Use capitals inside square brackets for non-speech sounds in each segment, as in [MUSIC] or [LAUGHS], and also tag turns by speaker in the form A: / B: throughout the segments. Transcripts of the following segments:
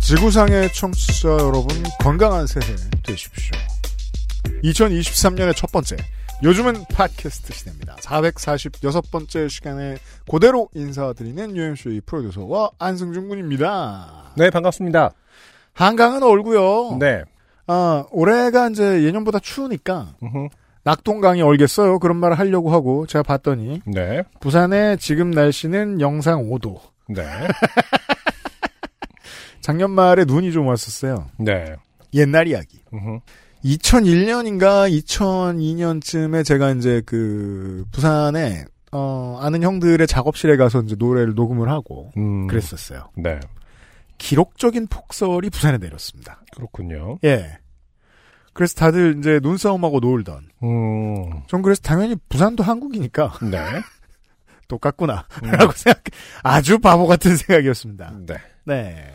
A: 지구상의 청취자 여러분 건강한 새해 되십시오. 2023년의 첫 번째 요즘은 팟캐스트 시대입니다. 446번째 시간에 그대로 인사드리는 UMC의 프로듀서와 안승준 군입니다.
B: 네, 반갑습니다.
A: 한강은 얼고요.
B: 네.
A: 아, 올해가 이제 예년보다 추우니까
B: 음흠.
A: 낙동강이 얼겠어요. 그런 말을 하려고 하고 제가 봤더니
B: 네.
A: 부산의 지금 날씨는 영상 5도.
B: 네.
A: 작년 말에 눈이 좀 왔었어요.
B: 네.
A: 옛날 이야기.
B: 음흠.
A: 2001년인가 2002년쯤에 제가 이제 그 부산에 어, 아는 형들의 작업실에 가서 이제 노래를 녹음을 하고
B: 음.
A: 그랬었어요.
B: 네.
A: 기록적인 폭설이 부산에 내렸습니다.
B: 그렇군요.
A: 예. 그래서 다들 이제 눈싸움하고 놀던.
B: 음.
A: 전 그래서 당연히 부산도 한국이니까 [LAUGHS]
B: 네. 음.
A: 똑같구나라고 생각. 아주 바보 같은 생각이었습니다.
B: 네.
A: 네.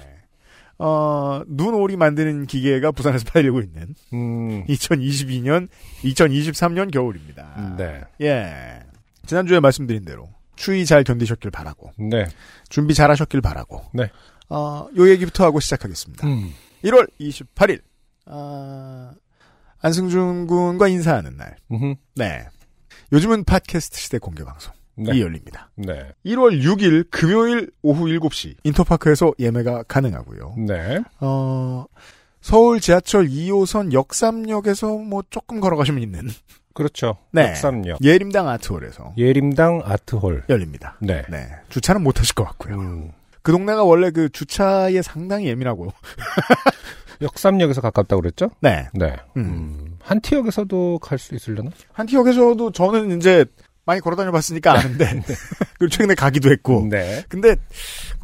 A: 어, 눈오리 만드는 기계가 부산에서 [LAUGHS] 팔리고 있는
B: 음.
A: 2022년, 2023년 겨울입니다.
B: 네.
A: 예. 지난주에 말씀드린 대로 추위 잘 견디셨길 바라고
B: 네.
A: 준비 잘 하셨길 바라고
B: 네.
A: 어, 요 얘기부터 하고 시작하겠습니다.
B: 음.
A: 1월 28일 아, 안승준 군과 인사하는 날
B: 음흠.
A: 네. 요즘은 팟캐스트 시대 공개 방송이
B: 네.
A: 열립니다.
B: 네.
A: 1월 6일 금요일 오후 7시 인터파크에서 예매가 가능하고요.
B: 네.
A: 어, 서울 지하철 2호선 역삼역에서 뭐 조금 걸어가시면 있는
B: 그렇죠.
A: 네.
B: 역삼역.
A: 예림당 아트홀에서
B: 예림당 아트홀.
A: 열립니다.
B: 네.
A: 네. 주차는 못 하실 것 같고요.
B: 음.
A: 그 동네가 원래 그 주차에 상당히 예민하고.
B: 역삼역에서 가깝다고 그랬죠?
A: 네.
B: [LAUGHS] 네.
A: 음.
B: 음. 한티역에서도 갈 수 있으려나?
A: 한티역에서도 저는 이제 많이 걸어 다녀 봤으니까
B: [LAUGHS]
A: 아는데. [LAUGHS] 그리고 최근에 가기도 했고.
B: 네.
A: 근데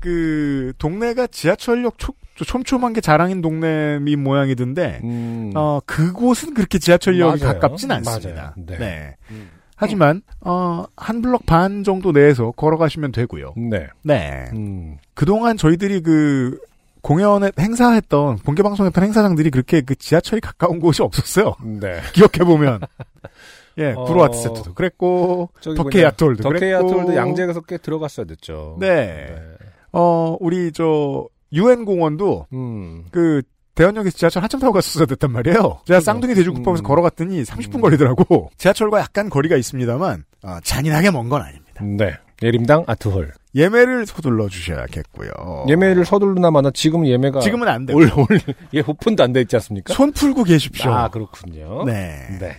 A: 그 동네가 지하철역 촉- 촘촘한 게 자랑인 동네미 모양이던데.
B: 음.
A: 어, 그곳은 그렇게 지하철역이
B: 맞아요.
A: 가깝진 않습니다.
B: 맞아요. 네.
A: 하지만 어, 한 블럭 반 정도 내에서 걸어가시면 되고요.
B: 네.
A: 네.
B: 음.
A: 그동안 저희들이 그 공연에 행사했던 본격 방송했던 행사장들이 그렇게 그 지하철이 가까운 곳이 없었어요. [LAUGHS]
B: 네.
A: 기억해 보면 예
B: 어,
A: 구로아트 세트도 그랬고
B: 저기
A: 덕케이
B: 뭐냐,
A: 아트홀도
B: 덕케이
A: 그랬고
B: 아트홀도 양재에서 꽤 들어갔어야 됐죠.
A: 네. 어 우리 저 UN 공원도
B: 음.
A: 그 대원역에서 지하철 한참 타고 갔었어야 됐단 말이에요. 제가 쌍둥이 대중국밥에서
B: 음.
A: 걸어갔더니 30분
B: 음.
A: 걸리더라고. 지하철과 약간 거리가 있습니다만 아, 잔인하게 먼 건 아닙니다.
B: 네. 예림당 아트홀.
A: 예매를 서둘러 주셔야겠고요.
B: 예매를 서둘르나마나 지금 예매가
A: 지금은 안 돼요.
B: 올, 올, 예, 오픈도 안 돼 있지 않습니까?
A: 손 풀고 계십시오.
B: 아, 그렇군요.
A: 네.
B: 네.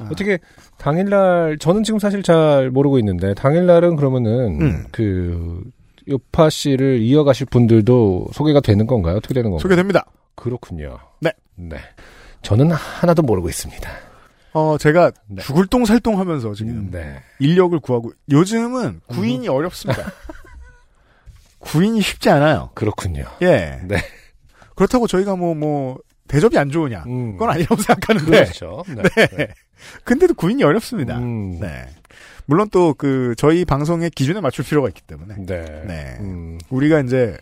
A: 아.
B: 어떻게 당일날 저는 지금 사실 잘 모르고 있는데 당일날은 그러면은
A: 음.
B: 그 요파 씨를 이어가실 분들도 소개가 되는 건가요? 어떻게 되는 건가요?
A: 소개됩니다.
B: 그렇군요.
A: 네.
B: 네. 저는 하나도 모르고 있습니다.
A: 어, 제가
B: 네.
A: 죽을 똥 살똥 하면서 지금
B: 네. 음.
A: 인력을 구하고 요즘은 구인이 어렵습니다. [LAUGHS] 구인이 쉽지 않아요.
B: 그렇군요.
A: 예.
B: 네.
A: 그렇다고 저희가 뭐 뭐 대접이 안 좋으냐?
B: 음.
A: 그건 아니라고 생각하는데.
B: 그렇죠. 네.
A: 근데도 구인이 어렵습니다.
B: 음.
A: 네. 물론 또 그 저희 방송의 기준에 맞출 필요가 있기 때문에
B: 네.
A: 네.
B: 음.
A: 우리가 이제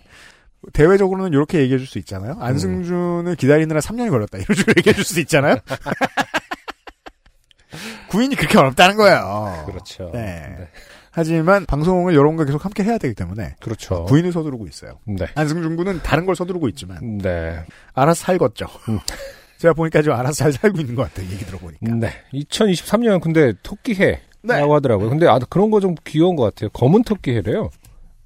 A: 대외적으로는 이렇게 얘기해 줄 수 있잖아요.
B: 음.
A: 안승준을 기다리느라 3년이 걸렸다. 이런 식으로 얘기해 줄 수 있잖아요. [LAUGHS] 구인이 그렇게 어렵다는 거예요.
B: 그렇죠.
A: 네. 하지만 방송을 여러분과 계속 함께 해야 되기 때문에
B: 그렇죠.
A: 구인을 서두르고 있어요.
B: 네.
A: 안승준 군은 다른 걸 서두르고 있지만
B: 네.
A: 알아서 살겠죠.
B: 음.
A: [LAUGHS] 제가 보니까 지금 알아서 잘 살고 있는 것 같아요. 얘기 들어보니까.
B: 네. 2023년 근데 토끼해라고
A: 네.
B: 하더라고요. 근데 아 그런 거 좀 귀여운 것 같아요. 검은 토끼해래요.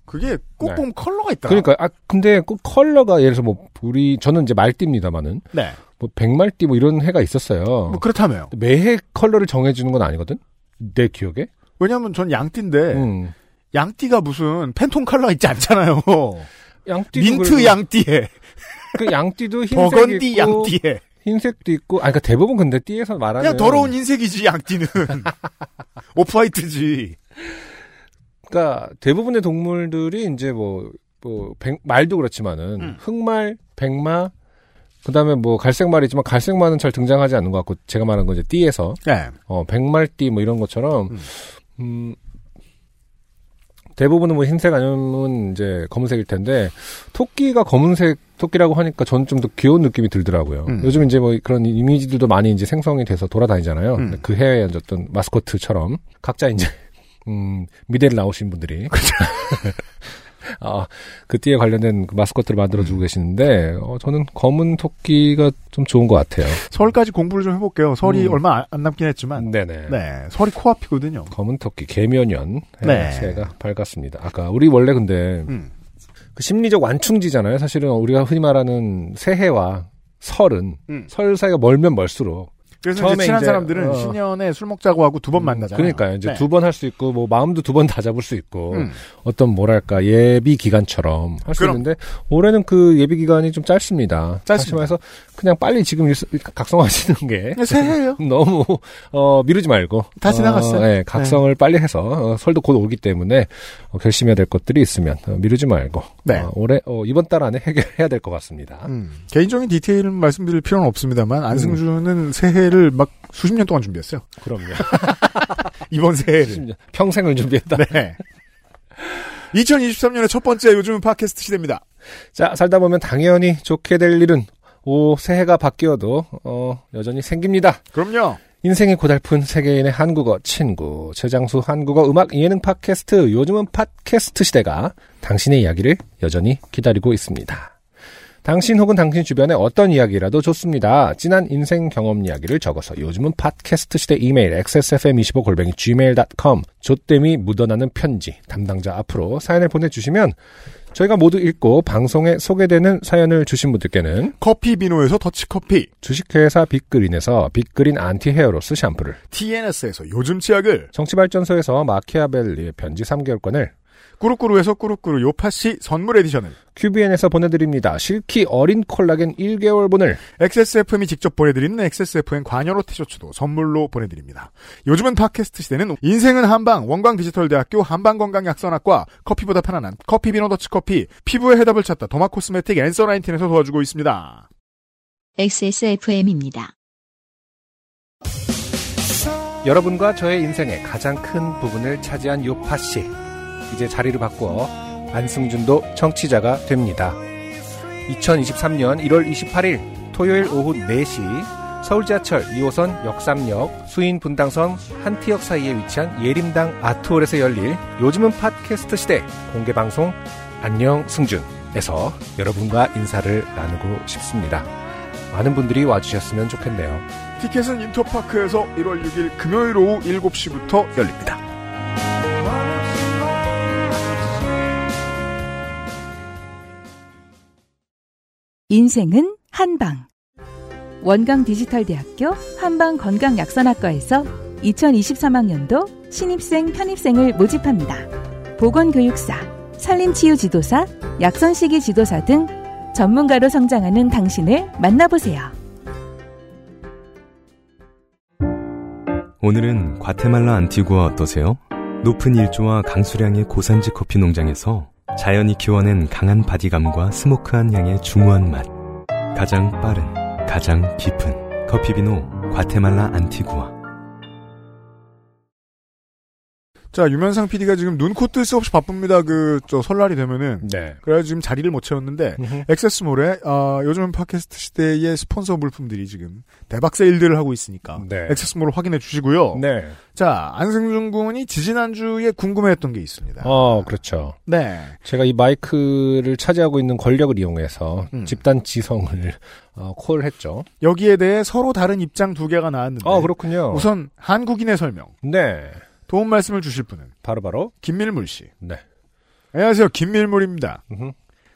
A: 그게 꼭
B: 네.
A: 보면 컬러가 있다.
B: 그러니까 아 근데 꼭 컬러가 예를 들어서 뭐 우리 저는 이제 말띠입니다만은
A: 네.
B: 뭐 백말띠 뭐 이런 해가 있었어요.
A: 뭐 그렇다며요.
B: 매해 컬러를 정해주는 건 아니거든. 내 기억에.
A: 왜냐하면 전 양띠인데
B: 음.
A: 양띠가 무슨 팬톤 컬러 있지 않잖아요.
B: 어. 양띠도
A: 민트
B: 그리고
A: 양띠에
B: 그 양띠도 흰색
A: 버건디
B: 있고
A: 양띠에
B: 흰색도 있고. 아 그러니까 대부분 근데 띠에서 말하는
A: 그냥 더러운 흰색이지 [LAUGHS] 양띠는 오프화이트지.
B: 그러니까 대부분의 동물들이 이제 뭐, 뭐 백- 말도 그렇지만은
A: 음.
B: 흑말, 백마, 그다음에 뭐 갈색말이 있지만 갈색말은 잘 등장하지 않는 것 같고 제가 말한 건 이제 띠에서
A: 네.
B: 어 백말띠 뭐 이런 것처럼
A: 음.
B: 음 대부분은 뭐 흰색 아니면 이제 검은색일 텐데 토끼가 검은색 토끼라고 하니까 저는 좀 더 귀여운 느낌이 들더라고요.
A: 음.
B: 요즘 이제 뭐 그런 이미지들도 많이 이제 생성이 돼서 돌아다니잖아요.
A: 음.
B: 그 해에 어떤 마스코트처럼 각자 이제 [LAUGHS] 음 미대를 나오신 분들이
A: 그렇죠.
B: [LAUGHS] 아, 그 띠에 관련된 그 마스코트를 만들어주고
A: 음.
B: 계시는데 어, 저는 검은 토끼가 좀 좋은 것 같아요.
A: 설까지 공부를 좀 해볼게요. 설이
B: 음.
A: 얼마 안- 안 남긴 했지만.
B: 네네.
A: 네. 설이 코앞이거든요.
B: 검은 토끼 개면연
A: 네.
B: 새가 밝았습니다. 아까 우리 원래 근데
A: 음.
B: 그 심리적 완충지잖아요. 사실은 우리가 흔히 말하는 새해와 설은
A: 음.
B: 설 사이가 멀면 멀수록
A: 그래서
B: 처음에
A: 이제 친한
B: 이제,
A: 사람들은
B: 어.
A: 신년에 술 먹자고 하고 두
B: 음,
A: 번 만나잖아요.
B: 그러니까 이제
A: 네.
B: 두 번 할 수 있고 뭐 마음도 두 번 다 잡을 수 있고
A: 음.
B: 어떤 뭐랄까 예비 기간처럼 할 수
A: 그럼.
B: 있는데 올해는 그 예비 기간이 좀 짧습니다.
A: 짧습니다.
B: 다시 말해서 그냥 빨리 지금 일수- 각성하시는 게
A: 새해예요.
B: [LAUGHS] 너무 어 미루지 말고
A: 다
B: 어,
A: 지나갔어요. 네.
B: 예, 각성을 빨리 해서 어, 설도 곧 오기 때문에 어, 결심해야 될 것들이 있으면 어, 미루지 말고
A: [LAUGHS] 네.
B: 어, 올해 어, 이번 달 안에 해결해야 될 것 같습니다.
A: 음. 개인적인 디테일은 말씀드릴 필요는 없습니다만 안승준은 새해를 막 수십 년 동안 준비했어요.
B: [LAUGHS] 그럼요.
A: 이번 새해를.
B: 10년. 평생을 준비했다.
A: [LAUGHS] 네. 2023년의 첫 번째 요즘 팟캐스트 시대입니다.
B: 자 살다 보면 당연히 좋게 될 일은 오 새해가 바뀌어도 어, 여전히 생깁니다.
A: 그럼요.
B: 인생이 고달픈 세계인의 한국어 친구 최장수 한국어 음악 예능 팟캐스트 요즘은 팟캐스트 시대가 당신의 이야기를 여전히 기다리고 있습니다. 당신 혹은 당신 주변의 어떤 이야기라도 좋습니다. 진한 인생 경험 이야기를 적어서 요즘은 팟캐스트 시대 이메일 xsfm25골뱅이 gmail.com 조땜이 묻어나는 편지 담당자 앞으로 사연을 보내주시면 저희가 모두 읽고 방송에 소개되는 사연을 주신 분들께는
A: 커피 비노에서 더치커피,
B: 주식회사 빅그린에서 빅그린 안티 헤어로스 샴푸를
A: TNS에서 요즘 치약을,
B: 정치발전소에서 마키아벨리의 편지 3개월권을
A: 꾸루꾸루에서 꾸루꾸루 요파시 선물 에디션을,
B: 큐비엔에서 보내드립니다. 실키 어린 콜라겐 1개월분을
A: XSFM이 직접 보내드리는 XSFM 관여로 티셔츠도 선물로 보내드립니다. 요즘은 팟캐스트 시대는 인생은 한방, 원광 디지털대학교 한방건강약선학과, 커피보다 편안한 커피 비노 더치커피, 피부의 해답을 찾다 도마 코스메틱 앤서 나인틴에서 도와주고 있습니다.
C: XSFM입니다.
B: 여러분과 저의 인생의 가장 큰 부분을 차지한 요파씨 이제 자리를 바꾸어 안승준도 청취자가 됩니다. 2023년 1월 28일 토요일 오후 4시 서울 지하철 2호선 역삼역 수인 분당선 한티역 사이에 위치한 예림당 아트홀에서 열릴 요즘은 팟캐스트 시대 공개 방송 안녕 승준에서 여러분과 인사를 나누고 싶습니다. 많은 분들이 와주셨으면 좋겠네요.
A: 티켓은 인터파크에서 1월 6일 금요일 오후 7시부터 열립니다.
D: 인생은 한방. 원광 디지털대학교 한방 건강약선학과에서 2023학년도 신입생 편입생을 모집합니다. 보건교육사, 산림치유지도사, 약선시기 지도사 등 전문가로 성장하는 당신을 만나보세요.
E: 오늘은 과테말라 안티구아 어떠세요? 높은 일조와 강수량의 고산지 커피 농장에서 자연이 키워낸 강한 바디감과 스모크한 향의 중후한 맛. 가장 빠른, 가장 깊은 커피비노 과테말라 안티구아.
A: 자, 유면상 PD가 지금 눈코 뜰 새 없이 바쁩니다. 그, 저, 설날이 되면은.
B: 네.
A: 그래서 지금 자리를 못 채웠는데,
B: 음.
A: 액세스몰에, 아, 요즘 팟캐스트 시대의 스폰서 물품들이 지금 대박 세일들을 하고 있으니까.
B: 네.
A: 액세스몰을 확인해 주시고요.
B: 네.
A: 자, 안승준 군이 지지난주에 궁금해했던 게 있습니다.
B: 어, 그렇죠.
A: 네.
B: 제가 이 마이크를 차지하고 있는 권력을 이용해서
A: 음.
B: 집단 지성을 어, 콜했죠.
A: 여기에 대해 서로 다른 입장 두 개가 나왔는데.
B: 어, 그렇군요.
A: 우선, 한국인의 설명.
B: 네.
A: 도움 말씀을 주실 분은,
B: 바로바로.
A: 김밀물 씨.
B: 네.
A: 안녕하세요. 김밀물입니다.
B: 음흠.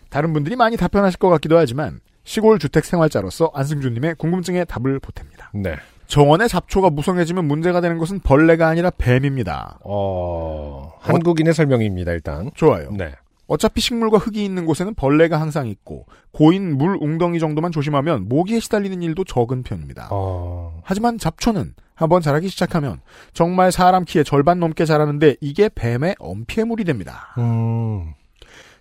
A: 다른 분들이 많이 답변하실 것 같기도 하지만 시골 주택 생활자로서 안승준님의 궁금증에 답을 보탭니다.
B: 네.
A: 정원의 잡초가 무성해지면 문제가 되는 것은 벌레가 아니라 뱀입니다.
B: 어, 한국인의 설명입니다, 일단.
A: 좋아요.
B: 네.
A: 어차피 식물과 흙이 있는 곳에는 벌레가 항상 있고 고인 물 웅덩이 정도만 조심하면 모기에 시달리는 일도 적은 편입니다.
B: 어,
A: 하지만 잡초는 한번 자라기 시작하면 정말 사람 키의 절반 넘게 자라는데 이게 뱀의 엄폐물이 됩니다.
B: 음,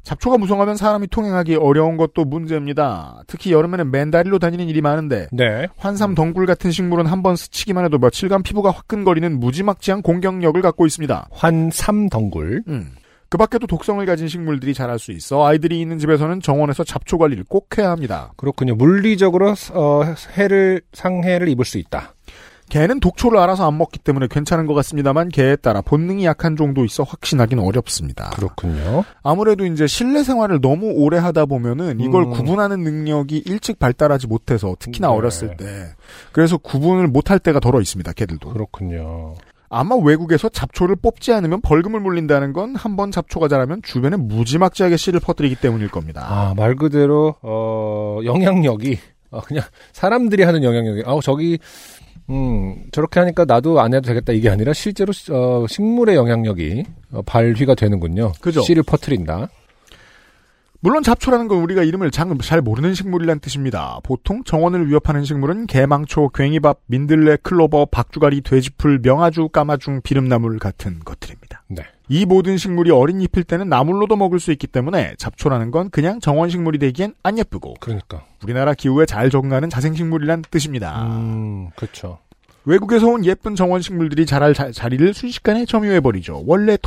A: 잡초가 무성하면 사람이 통행하기 어려운 것도 문제입니다. 특히 여름에는 맨다리로 다니는 일이 많은데
B: 네.
A: 환삼 덩굴 같은 식물은 한 번 스치기만 해도 며칠간 피부가 화끈거리는 무지막지한 공격력을 갖고 있습니다.
B: 환삼덩굴.
A: 음. 그 밖에도 독성을 가진 식물들이 자랄 수 있어 아이들이 있는 집에서는 정원에서 잡초 관리를 꼭 해야 합니다.
B: 그렇군요. 물리적으로 어, 해를 상해를 입을 수 있다.
A: 개는 독초를 알아서 안 먹기 때문에 괜찮은 것 같습니다만 개에 따라 본능이 약한 정도 있어 확신하기는 어렵습니다.
B: 그렇군요.
A: 아무래도 이제 실내 생활을 너무 오래 하다 보면은 이걸
B: 음.
A: 구분하는 능력이 일찍 발달하지 못해서 특히나
B: 네.
A: 어렸을 때 그래서 구분을 못할 때가 덜어 있습니다. 개들도
B: 그렇군요.
A: 아마 외국에서 잡초를 뽑지 않으면 벌금을 물린다는 건 한 번 잡초가 자라면 주변에 무지막지하게 씨를 퍼뜨리기 때문일 겁니다.
B: 아, 말 그대로 어, 영향력이 어, 그냥 사람들이 하는 영향력이 아, 저기 음, 저렇게 하니까 나도 안 해도 되겠다 이게 아니라 실제로 어, 식물의 영향력이 어, 발휘가 되는군요.
A: 그죠.
B: 씨를 퍼트린다.
A: 물론 잡초라는 건 우리가 이름을 장- 잘 모르는 식물이란 뜻입니다. 보통 정원을 위협하는 식물은 개망초, 괭이밥, 민들레, 클로버, 박주가리, 돼지풀, 명아주, 까마중, 비름나물 같은 것들입니다.
B: 네.
A: 이 모든 식물이 어린 잎일 때는 나물로도 먹을 수 있기 때문에 잡초라는 건 그냥 정원 식물이 되기엔 안 예쁘고
B: 그러니까.
A: 우리나라 기후에 잘 적응하는 자생식물이란 뜻입니다.
B: 음, 그렇죠.
A: 외국에서 온 예쁜 정원 식물들이 자랄 자, 자리를 순식간에 점유해버리죠. 원래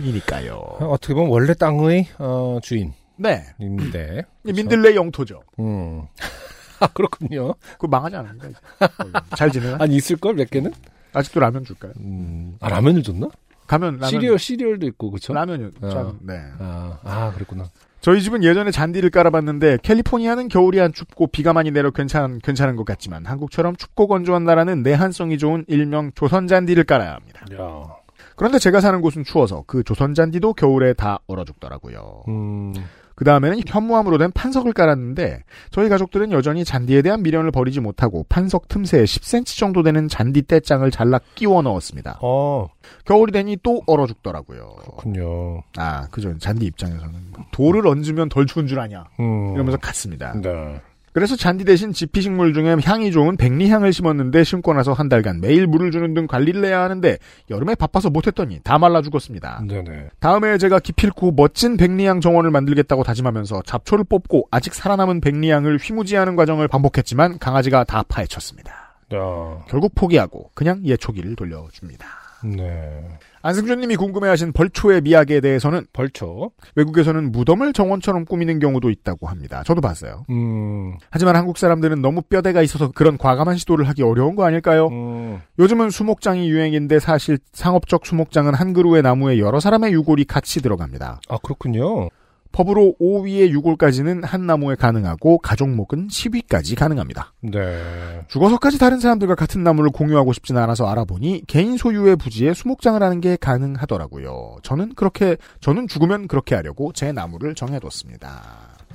A: 터줏대감이니까요.
B: 어떻게 보면 원래 땅의 어, 주인인데.
A: 네. 음. 이
B: 그렇죠?
A: 민들레 영토죠.
B: 음. [LAUGHS] 아, 그렇군요.
A: 그거 망하지 않습니다.
B: [LAUGHS]
A: 이제. 어, 잘 지내나?
B: 아니 있을 걸 몇 개는?
A: 아직도 라면 줄까요?
B: 음. 아, 라면을 줬나?
A: 가면 라면.
B: 시리얼 시리얼도 있고 그렇죠?
A: 라면이요.
B: 어.
A: 참, 네.
B: 아, 아, 그랬구나.
A: 저희 집은 예전에 잔디를 깔아봤는데 캘리포니아는 겨울이 안 춥고 비가 많이 내려 괜찮, 괜찮은 것 같지만 한국처럼 춥고 건조한 나라는 내한성이 좋은 일명 조선 잔디를 깔아야 합니다.
B: 야.
A: 그런데 제가 사는 곳은 추워서 그 조선 잔디도 겨울에 다 얼어 죽더라고요.
B: 음.
A: 그 다음에는 현무암으로 된 판석을 깔았는데 저희 가족들은 여전히 잔디에 대한 미련을 버리지 못하고 판석 틈새에 10cm 정도 되는 잔디 떼장을 잘라 끼워 넣었습니다.
B: 어,
A: 겨울이 되니 또 얼어 죽더라고요.
B: 그렇군요.
A: 아, 그죠. 잔디 입장에서는 뭐 돌을 얹으면 덜 추운 줄 아냐
B: 음.
A: 이러면서 갔습니다.
B: 네.
A: 그래서 잔디 대신 지피식물 중에 향이 좋은 백리향을 심었는데 심고 나서 한 달간 매일 물을 주는 등 관리를 해야 하는데 여름에 바빠서 못했더니 다 말라 죽었습니다.
B: 네네.
A: 다음에 제가 기필코 멋진 백리향 정원을 만들겠다고 다짐하면서 잡초를 뽑고 아직 살아남은 백리향을 휘무지하는 과정을 반복했지만 강아지가 다 파헤쳤습니다.
B: 야.
A: 결국 포기하고 그냥 예초기를 돌려줍니다.
B: 네.
A: 안승준님이 궁금해하신 벌초의 미학에 대해서는
B: 벌초.
A: 외국에서는 무덤을 정원처럼 꾸미는 경우도 있다고 합니다. 저도 봤어요.
B: 음.
A: 하지만 한국 사람들은 너무 뼈대가 있어서 그런 과감한 시도를 하기 어려운 거 아닐까요?
B: 음.
A: 요즘은 수목장이 유행인데 사실 상업적 수목장은 한 그루의 나무에 여러 사람의 유골이 같이 들어갑니다.
B: 아, 그렇군요.
A: 법으로 5위의 유골까지는 한 나무에 가능하고 가족목은 10위까지 가능합니다.
B: 네.
A: 죽어서까지 다른 사람들과 같은 나무를 공유하고 싶진 않아서 알아보니 개인 소유의 부지에 수목장을 하는 게 가능하더라고요. 저는 그렇게 저는 죽으면 그렇게 하려고 제 나무를 정해뒀습니다.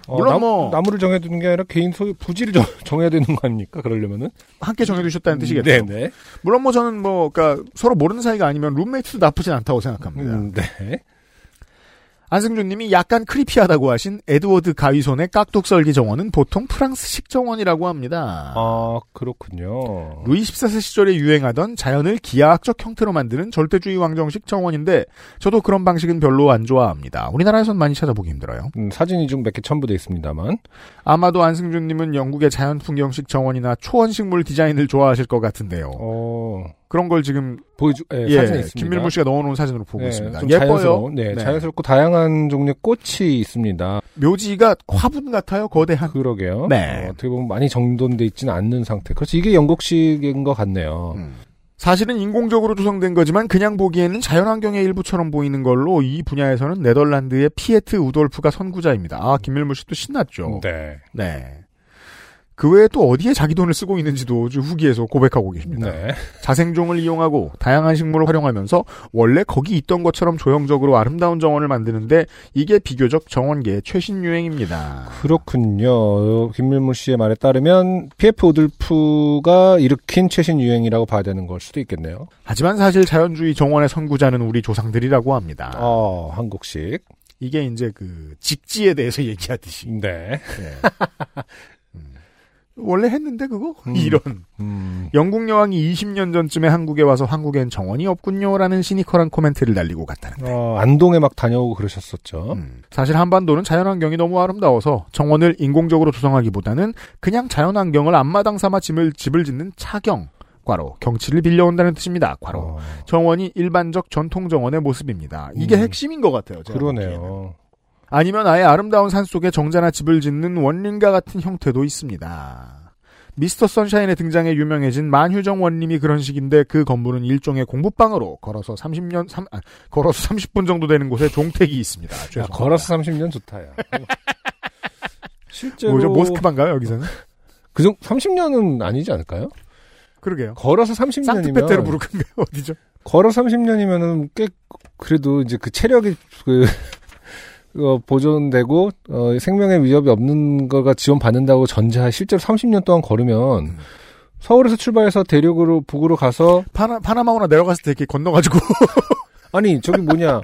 B: 어,
A: 물론
B: 나,
A: 뭐-
B: 나무를 정해두는 게 아니라 개인 소유 부지를 정, [LAUGHS] 정해야 되는 거 아닙니까? 그러려면은.
A: 함께 정해두셨다는 뜻이겠죠.
B: 음, 네네.
A: 물론 뭐 저는 뭐 그러니까 서로 모르는 사이가 아니면 룸메이트도 나쁘진 않다고 생각합니다.
B: 음, 네.
A: 안승준님이 약간 크리피하다고 하신 에드워드 가위손의 깍둑썰기 정원은 보통 프랑스식 정원이라고 합니다.
B: 아, 그렇군요.
A: 루이 14세 시절에 유행하던 자연을 기하학적 형태로 만드는 절대주의 왕정식 정원인데 저도 그런 방식은 별로 안 좋아합니다. 우리나라에선 많이 찾아보기 힘들어요.
B: 음, 사진이 좀 몇 개 첨부되어 있습니다만.
A: 아마도 안승준님은 영국의 자연 풍경식 정원이나 초원식물 디자인을 좋아하실 것 같은데요.
B: 어,
A: 그런 걸 지금
B: 보여주, 예,
A: 예,
B: 사진이 있습니다.
A: 김밀무 씨가 넣어놓은 사진으로 보고
B: 네,
A: 있습니다.
B: 좀
A: 예뻐요.
B: 자연스러운, 네,
A: 네.
B: 자연스럽고 다양한 종류의 꽃이 있습니다.
A: 묘지가 화분 같아요. 거대한.
B: 그러게요.
A: 네.
B: 어, 어떻게 보면 많이 정돈돼 있지는 않는 상태. 그렇지 이게 영국식인 것 같네요.
A: 음. 사실은 인공적으로 조성된 거지만 그냥 보기에는 자연환경의 일부처럼 보이는 걸로 이 분야에서는 네덜란드의 피에트 우돌프가 선구자입니다. 아 김밀무 씨도 신났죠.
B: 네.
A: 네. 그 외에 또 어디에 자기 돈을 쓰고 있는지도 지금 후기에서 고백하고 계십니다.
B: 네.
A: 자생종을 이용하고 다양한 식물을 활용하면서 원래 거기 있던 것처럼 조형적으로 아름다운 정원을 만드는데 이게 비교적 정원계의 최신 유행입니다.
B: 그렇군요. 어, 김밀무 씨의 말에 따르면 PF 오들프가 일으킨 최신 유행이라고 봐야 되는 걸 수도 있겠네요.
A: 하지만 사실 자연주의 정원의 선구자는 우리 조상들이라고 합니다.
B: 어, 한국식.
A: 이게 [LAUGHS]
B: 음.
A: 이제 그 직지에 대해서 얘기하듯이.
B: 네.
A: 네. [LAUGHS] 음. 원래 했는데 그거
B: 음.
A: 이런
B: 음,
A: 영국 여왕이 20년 전쯤에 한국에 와서 한국엔 정원이 없군요라는 시니컬한 코멘트를 날리고 갔다는.
B: 어, 안동에 막 다녀오고 그러셨었죠.
A: 음. 사실 한반도는 자연환경이 너무 아름다워서 정원을 인공적으로 조성하기보다는 그냥 자연환경을 앞마당 삼아 짐을, 집을 짓는 차경, 과로, 경치를 빌려온다는 뜻입니다. 과로.
B: 어,
A: 정원이 일반적 전통 정원의 모습입니다. 이게
B: 음.
A: 핵심인 것 같아요. 제가 보기에는.
B: 그러네요.
A: 아니면 아예 아름다운 산 속에 정자나 집을 짓는 원룸과 같은 형태도 있습니다. 미스터 선샤인의 등장에 유명해진 만휴정 원님이 그런 식인데 그 건물은 일종의 공부방으로 걸어서 30년 삼- 아, 걸어서 30분 정도 되는 곳에 종택이 있습니다.
B: 야,
A: 죄송합니다. 뭐,
B: 걸어서 30년
A: [LAUGHS]
B: 좋다야. 실제로
A: 뭐죠 모스크바인가요 여기서는?
B: 그 정도 30년은 아니지 않을까요?
A: 그렇죠. 그러게요.
B: 걸어서 30년이면
A: 상트페테르부르크인가요 [LAUGHS] 어디죠?
B: 걸어 30년이면은 꽤 그래도 이제 그 체력이 그 [LAUGHS] 어, 보존되고 어, 생명의 위협이 없는 거가 지원받는다고 전제하 실제로 30년 동안 걸으면 서울에서 출발해서 대륙으로 북으로 가서
A: 파나 파나마우나 내려갔을 때 이렇게
B: [LAUGHS]
A: 건너가지고
B: 아니 저기 뭐냐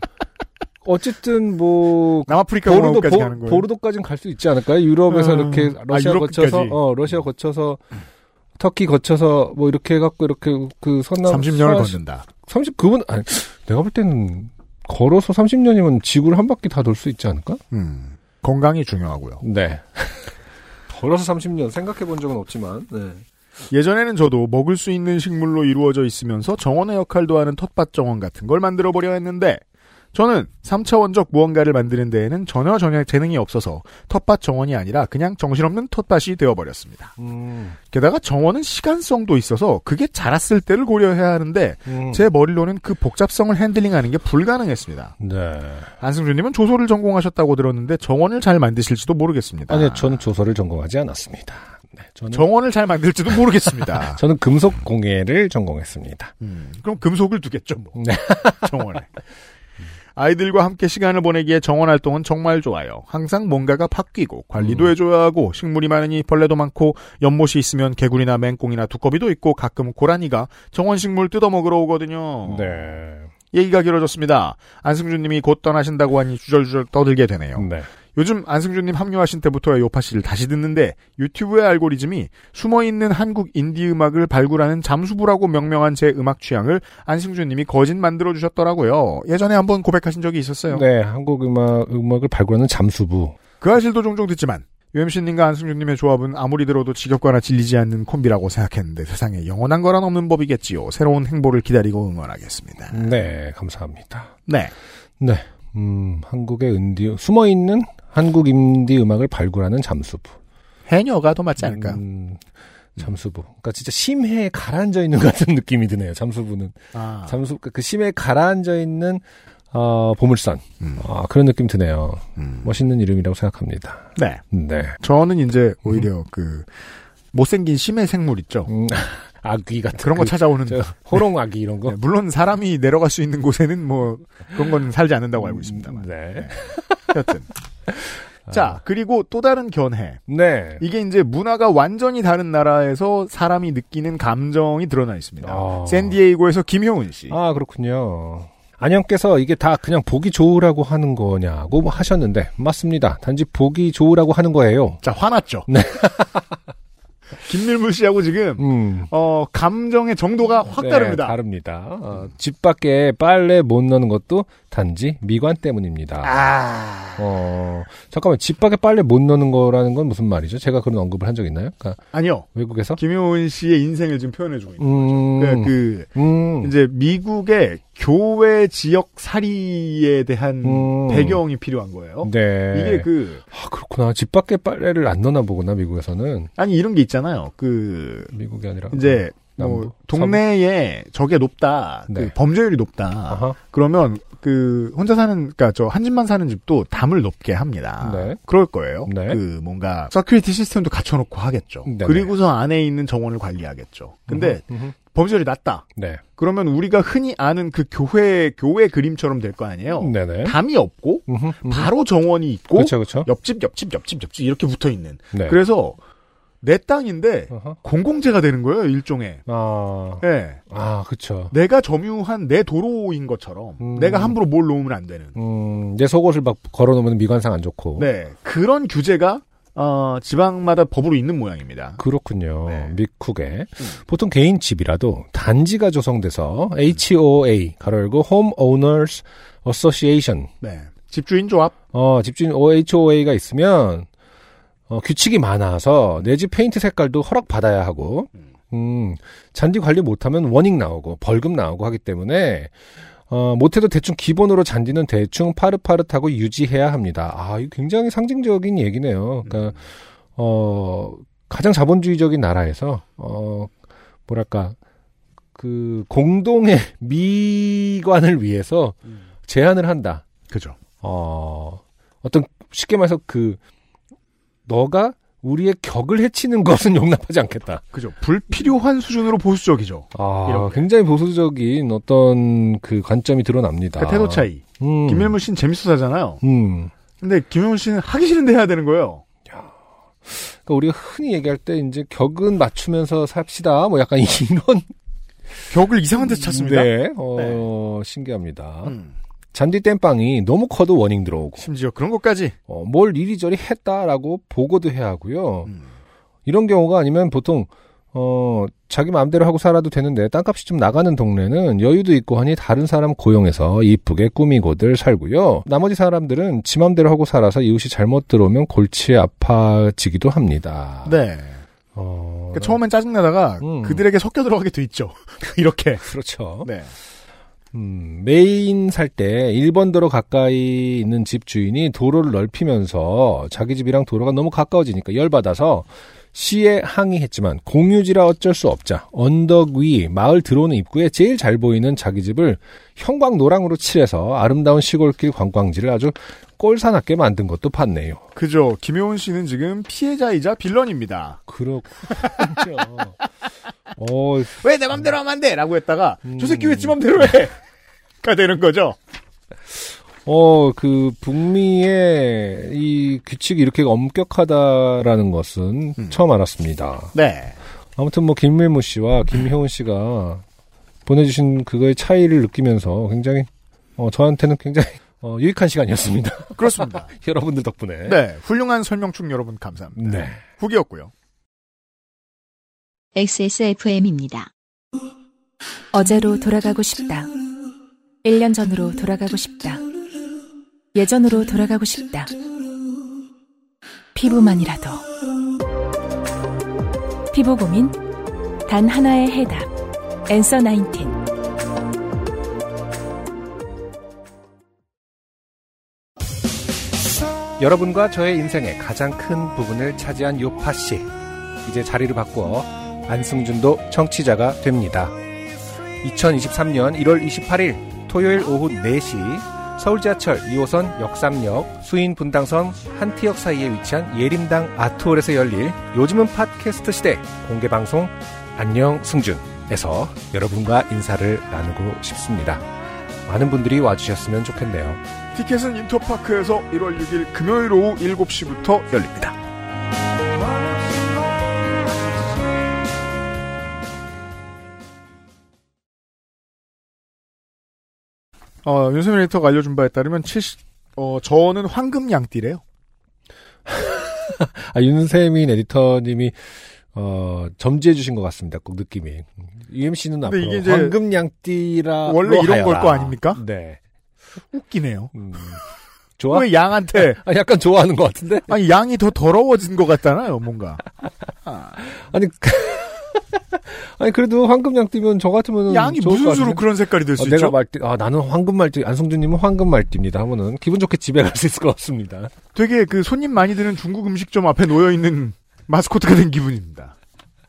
B: 어쨌든 뭐
A: 남아프리카
B: 보르도
A: 공화국까지 가는 거예요.
B: 보, 르도까지는 갈 수 있지 않을까요? 유럽에서
A: 아,
B: 이렇게
A: 아,
B: 러시아
A: 유럽
B: 거쳐서
A: 끝까지.
B: 어 러시아 거쳐서 터키 거쳐서 뭐 이렇게 해갖고 이렇게 그 서남
A: 30년을
B: 서아시-
A: 걷는다.
B: 30 그분 아니 내가 볼 때는 걸어서 30년이면 지구를 한 바퀴 다 돌 수 있지 않을까?
A: 음, 건강이 중요하고요.
B: 네. [LAUGHS] 걸어서 30년 생각해 본 적은 없지만 네.
A: 예전에는 저도 먹을 수 있는 식물로 이루어져 있으면서 정원의 역할도 하는 텃밭 정원 같은 걸 만들어 보려 했는데 저는 3차원적 무언가를 만드는 데에는 전혀 전혀 재능이 없어서 텃밭 정원이 아니라 그냥 정신없는 텃밭이 되어버렸습니다.
B: 음,
A: 게다가 정원은 시간성도 있어서 그게 자랐을 때를 고려해야 하는데
B: 음.
A: 제 머리로는 그 복잡성을 핸들링하는 게 불가능했습니다.
B: 네.
A: 안승준님은 조소를 전공하셨다고 들었는데 정원을 잘 만드실지도 모르겠습니다.
B: 아니요, 저는 조서를 전공하지 않았습니다. 네, 저는
A: 정원을 잘 만들지도
B: [LAUGHS]
A: 모르겠습니다.
B: 저는 금속 공예를 전공했습니다.
A: 음, 그럼 금속을 두겠죠, 뭐.
B: 네.
A: [LAUGHS] 정원에. 음. 아이들과 함께 시간을 보내기에 정원 활동은 정말 좋아요. 항상 뭔가가 바뀌고 관리도
B: 음.
A: 해줘야 하고 식물이 많으니 벌레도 많고 연못이 있으면 개구리나 맹꽁이나 두꺼비도 있고 가끔 고라니가 정원 식물 뜯어먹으러 오거든요.
B: 네.
A: 얘기가 길어졌습니다. 안승준님이 곧 떠나신다고 하니 주절주절 떠들게 되네요.
B: 네.
A: 요즘 안승준님 합류하신 때부터의 요파 씨를 다시 듣는데 유튜브의 알고리즘이 숨어있는 한국 인디 음악을 발굴하는 잠수부라고 명명한 제 음악 취향을 안승준님이 거짓 만들어 주셨더라고요. 예전에 한번 고백하신 적이 있었어요.
B: 네, 한국 음악 음악을 발굴하는 잠수부.
A: 그 사실도 종종 듣지만 UMC님과 안승준님의 조합은 아무리 들어도 지겹거나 질리지 않는 콤비라고 생각했는데 세상에 영원한 거란 없는 법이겠지요. 새로운 행보를 기다리고 응원하겠습니다.
B: 네, 감사합니다.
A: 네.
B: 음, 한국의 인디 숨어 있는 한국 인디 음악을 발굴하는 잠수부.
A: 해녀가 더 맞지 않을까요?
B: 음, 잠수부. 그러니까 진짜 심해에 가라앉아 있는 [LAUGHS] 것 같은 느낌이 드네요. 잠수부는
A: 아.
B: 잠수 그러니까 그 심해에 가라앉아 있는 어, 보물선
A: 음.
B: 아, 그런 느낌 드네요.
A: 음.
B: 멋있는 이름이라고 생각합니다.
A: 네.
B: 네.
A: 저는 이제 오히려 그 못생긴 심해 생물 있죠.
B: 음, 아귀 같은
A: 그런 거
B: 그-
A: 찾아오는 [LAUGHS]
B: 저 호롱 아귀 이런 거.
A: 네, 물론 사람이 내려갈 수 있는 곳에는 뭐 그런 건 살지 않는다고 뭐 알고 있습니다만
B: 네. [LAUGHS] 아.
A: 여튼 자 그리고 또 다른 견해
B: 네.
A: 이게 이제 문화가 완전히 다른 나라에서 사람이 느끼는 감정이 드러나 있습니다
B: 아.
A: 샌디에이고에서 김효은 씨
B: 아, 그렇군요. 안영께서 이게 다 그냥 보기 좋으라고 하는 거냐고 뭐 하셨는데 맞습니다. 단지 보기 좋으라고 하는 거예요.
A: 자, 화났죠.
B: 네.
A: [LAUGHS] 김밀물 씨하고 지금
B: 음.
A: 어 감정의 정도가 아, 확
B: 네,
A: 다릅니다.
B: 다릅니다. 어, 집 밖에 빨래 못 넣는 것도 단지 미관 때문입니다.
A: 아,
B: 어, 잠깐만 집 밖에 빨래 못 넣는 거라는 건 무슨 말이죠? 제가 그런 언급을 한 적 있나요? 그러니까
A: 아니요.
B: 외국에서?
A: 김효은 씨의 인생을 지금 표현해주고 있는.
B: 음,
A: 그러니까 그
B: 음,
A: 이제 미국의 교회 지역 사리에 대한
B: 음.
A: 배경이 필요한 거예요.
B: 네.
A: 이게 그
B: 아, 그렇구나. 집 밖에 빨래를 안 넣나 보구나 미국에서는
A: 아니 이런 게 있잖아요. 그
B: 미국이 아니라
A: 이제
B: 남부,
A: 뭐 동네에 저게 높다, 그
B: 네.
A: 범죄율이 높다.
B: 아하.
A: 그러면 그 혼자 사는 그러니까 저 한 집만 사는 집도 담을 높게 합니다.
B: 네.
A: 그럴 거예요.
B: 네.
A: 그 뭔가 서큐리티 시스템도 갖춰놓고 하겠죠.
B: 네네.
A: 그리고서 안에 있는 정원을 관리하겠죠. 근데
B: 음흠, 음흠.
A: 범죄율이 낮다.
B: 네.
A: 그러면 우리가 흔히 아는 그 교회 교회 그림처럼 될 거 아니에요.
B: 네네.
A: 담이 없고
B: 음흠, 음흠.
A: 바로 정원이 있고
B: 그렇죠, 그렇죠.
A: 옆집 옆집 옆집 옆집 이렇게 붙어 있는.
B: 네. 어.
A: 그래서 내 땅인데
B: 아하.
A: 공공재가 되는 거예요 일종의.
B: 아,
A: 예.
B: 아, 그렇죠.
A: 내가 점유한 내 도로인 것처럼
B: 음.
A: 내가 함부로 뭘 놓으면 안 되는.
B: 음, 내 속옷을 막 걸어놓으면 미관상 안 좋고.
A: 네 그런 규제가 어, 지방마다 법으로 있는 모양입니다.
B: 그렇군요.
A: 네.
B: 미쿡에 보통 개인 집이라도 단지가 조성돼서 HOA 가로 열고 Home Owners Association
A: 네. 집주인 조합.
B: 어, 집주인 OHOA가 있으면 어, 규칙이 많아서 내 집 페인트 색깔도 허락 받아야 하고 음, 잔디 관리 못하면 원익 나오고 벌금 나오고 하기 때문에 어, 못해도 대충 기본으로 잔디는 대충 파릇파릇하고 유지해야 합니다. 아, 이거 굉장히 상징적인 얘기네요.
A: 음.
B: 그러니까 어, 가장 자본주의적인 나라에서, 어, 뭐랄까, 그, 공동의 [LAUGHS] 미관을 위해서 제안을 한다.
A: 그죠.
B: 어, 어떤, 쉽게 말해서 그, 너가 우리의 격을 해치는 [LAUGHS] 것은 용납하지 않겠다.
A: 그죠. 불필요한 수준으로 보수적이죠.
B: 아,
A: 이렇게.
B: 굉장히 보수적인 어떤 그 관점이 드러납니다.
A: 그 태도 차이.
B: 아. 음,
A: 김일무 씨는 재밌어서잖아요.
B: 음.
A: 근데 김일무 씨는 하기 싫은데 해야 되는 거예요.
B: 그러니까 우리가 흔히 얘기할 때 이제 격은 맞추면서 삽시다. 뭐 약간 [LAUGHS] 이런.
A: 격을 이상한 데서 찾습니다. 음.
B: 네. 어, 신기합니다. 잔디 땜빵이 너무 커도 워닝 들어오고
A: 심지어 그런 것까지.
B: 어, 뭘 이리저리 했다라고 보고도 해야 하고요.
A: 음.
B: 이런 경우가 아니면 보통 어, 자기 마음대로 하고 살아도 되는데 땅값이 좀 나가는 동네는 여유도 있고 하니 다른 사람 고용해서 이쁘게 꾸미고들 살고요. 나머지 사람들은 지 마음대로 하고 살아서 이웃이 잘못 들어오면 골치에 아파지기도 합니다.
A: 네.
B: 어,
A: 그러니까 처음엔 짜증나다가
B: 음.
A: 그들에게 섞여 들어가게 돼 있죠. [LAUGHS] 이렇게.
B: [LAUGHS] 그렇죠.
A: 네.
B: 음, 메인 살 때 1번도로 가까이 있는 집 주인이 도로를 넓히면서 자기 집이랑 도로가 너무 가까워지니까 열받아서 시에 항의했지만 공유지라 어쩔 수 없자 언덕 위 마을 들어오는 입구에 제일 잘 보이는 자기 집을 형광 노랑으로 칠해서 아름다운 시골길 관광지를 아주 꼴사납게 만든 것도 봤네요.
A: 그죠. 김효은 씨는 지금 피해자이자 빌런입니다.
B: 그렇군요. [LAUGHS] 어,
A: 왜 내 맘대로 하면 안 돼! 라고 했다가,
B: 음.
A: 저 새끼 왜 지 맘대로 해! [LAUGHS] 가 되는 거죠.
B: 어, 그, 북미의 이 규칙이 이렇게 엄격하다라는 것은
A: 음.
B: 처음 알았습니다.
A: 네.
B: 아무튼 뭐, 김밀모 씨와 김효은 씨가 보내주신 그거의 차이를 느끼면서 굉장히, 어, 저한테는 굉장히, 어, 유익한 시간이었습니다. [LAUGHS]
A: 그렇습니다.
B: 여러분들 덕분에.
A: [LAUGHS] 네. 훌륭한 설명충 여러분 감사합니다.
B: 네.
A: 후기였고요.
C: XSFM입니다.
F: 어제로 돌아가고 싶다. 1년 전으로 돌아가고 싶다. 예전으로 돌아가고 싶다. 피부만이라도. 피부 고민? 단 하나의 해답. 앤서 19.
B: 여러분과 저의 인생의 가장 큰 부분을 차지한 요파 씨. 이제 자리를 바꾸어 안승준도 청취자가 됩니다. 2023년 1월 28일 토요일 오후 4시 서울 지하철 2호선 역삼역 수인 분당선 한티역 사이에 위치한 예림당 아트홀에서 열릴 요즘은 팟캐스트 시대 공개 방송 안녕 승준에서 여러분과 인사를 나누고 싶습니다. 많은 분들이 와주셨으면 좋겠네요.
A: 티켓은 인터파크에서 1월 6일 금요일 오후 7시부터 열립니다. 어, 윤세민 에디터가 알려준 바에 따르면 70, 어, 저는 황금 양띠래요.
B: 아, 윤세민 에디터님이 어, 점지해 주신 것 같습니다. 꼭 느낌이. UMC는
A: 근데
B: 앞으로
A: 이게 이제
B: 황금 양띠라
A: 원래 이런 걸거 아닙니까?
B: 네.
A: 웃기네요. [LAUGHS]
B: 음. 좋아?
A: 왜 [LAUGHS] 양한테,
B: 아, 약간 좋아하는 것 같은데?
A: 아니, 양이 더 더러워진 것 같잖아요, 뭔가.
B: 아니 [LAUGHS] 아니 그래도 황금 양띠면 저 음, 같으면
A: 양이 무슨 수로 그런 색깔이 될 수 있죠?
B: 내가 말띠 아 나는 황금 말띠 안성준님은 황금 말띠입니다 하면은 기분 좋게 집에 갈 수 있을 것 같습니다.
A: 되게 그 손님 많이 드는 중국 음식점 앞에 놓여있는 [LAUGHS] 마스코트가 된 기분입니다.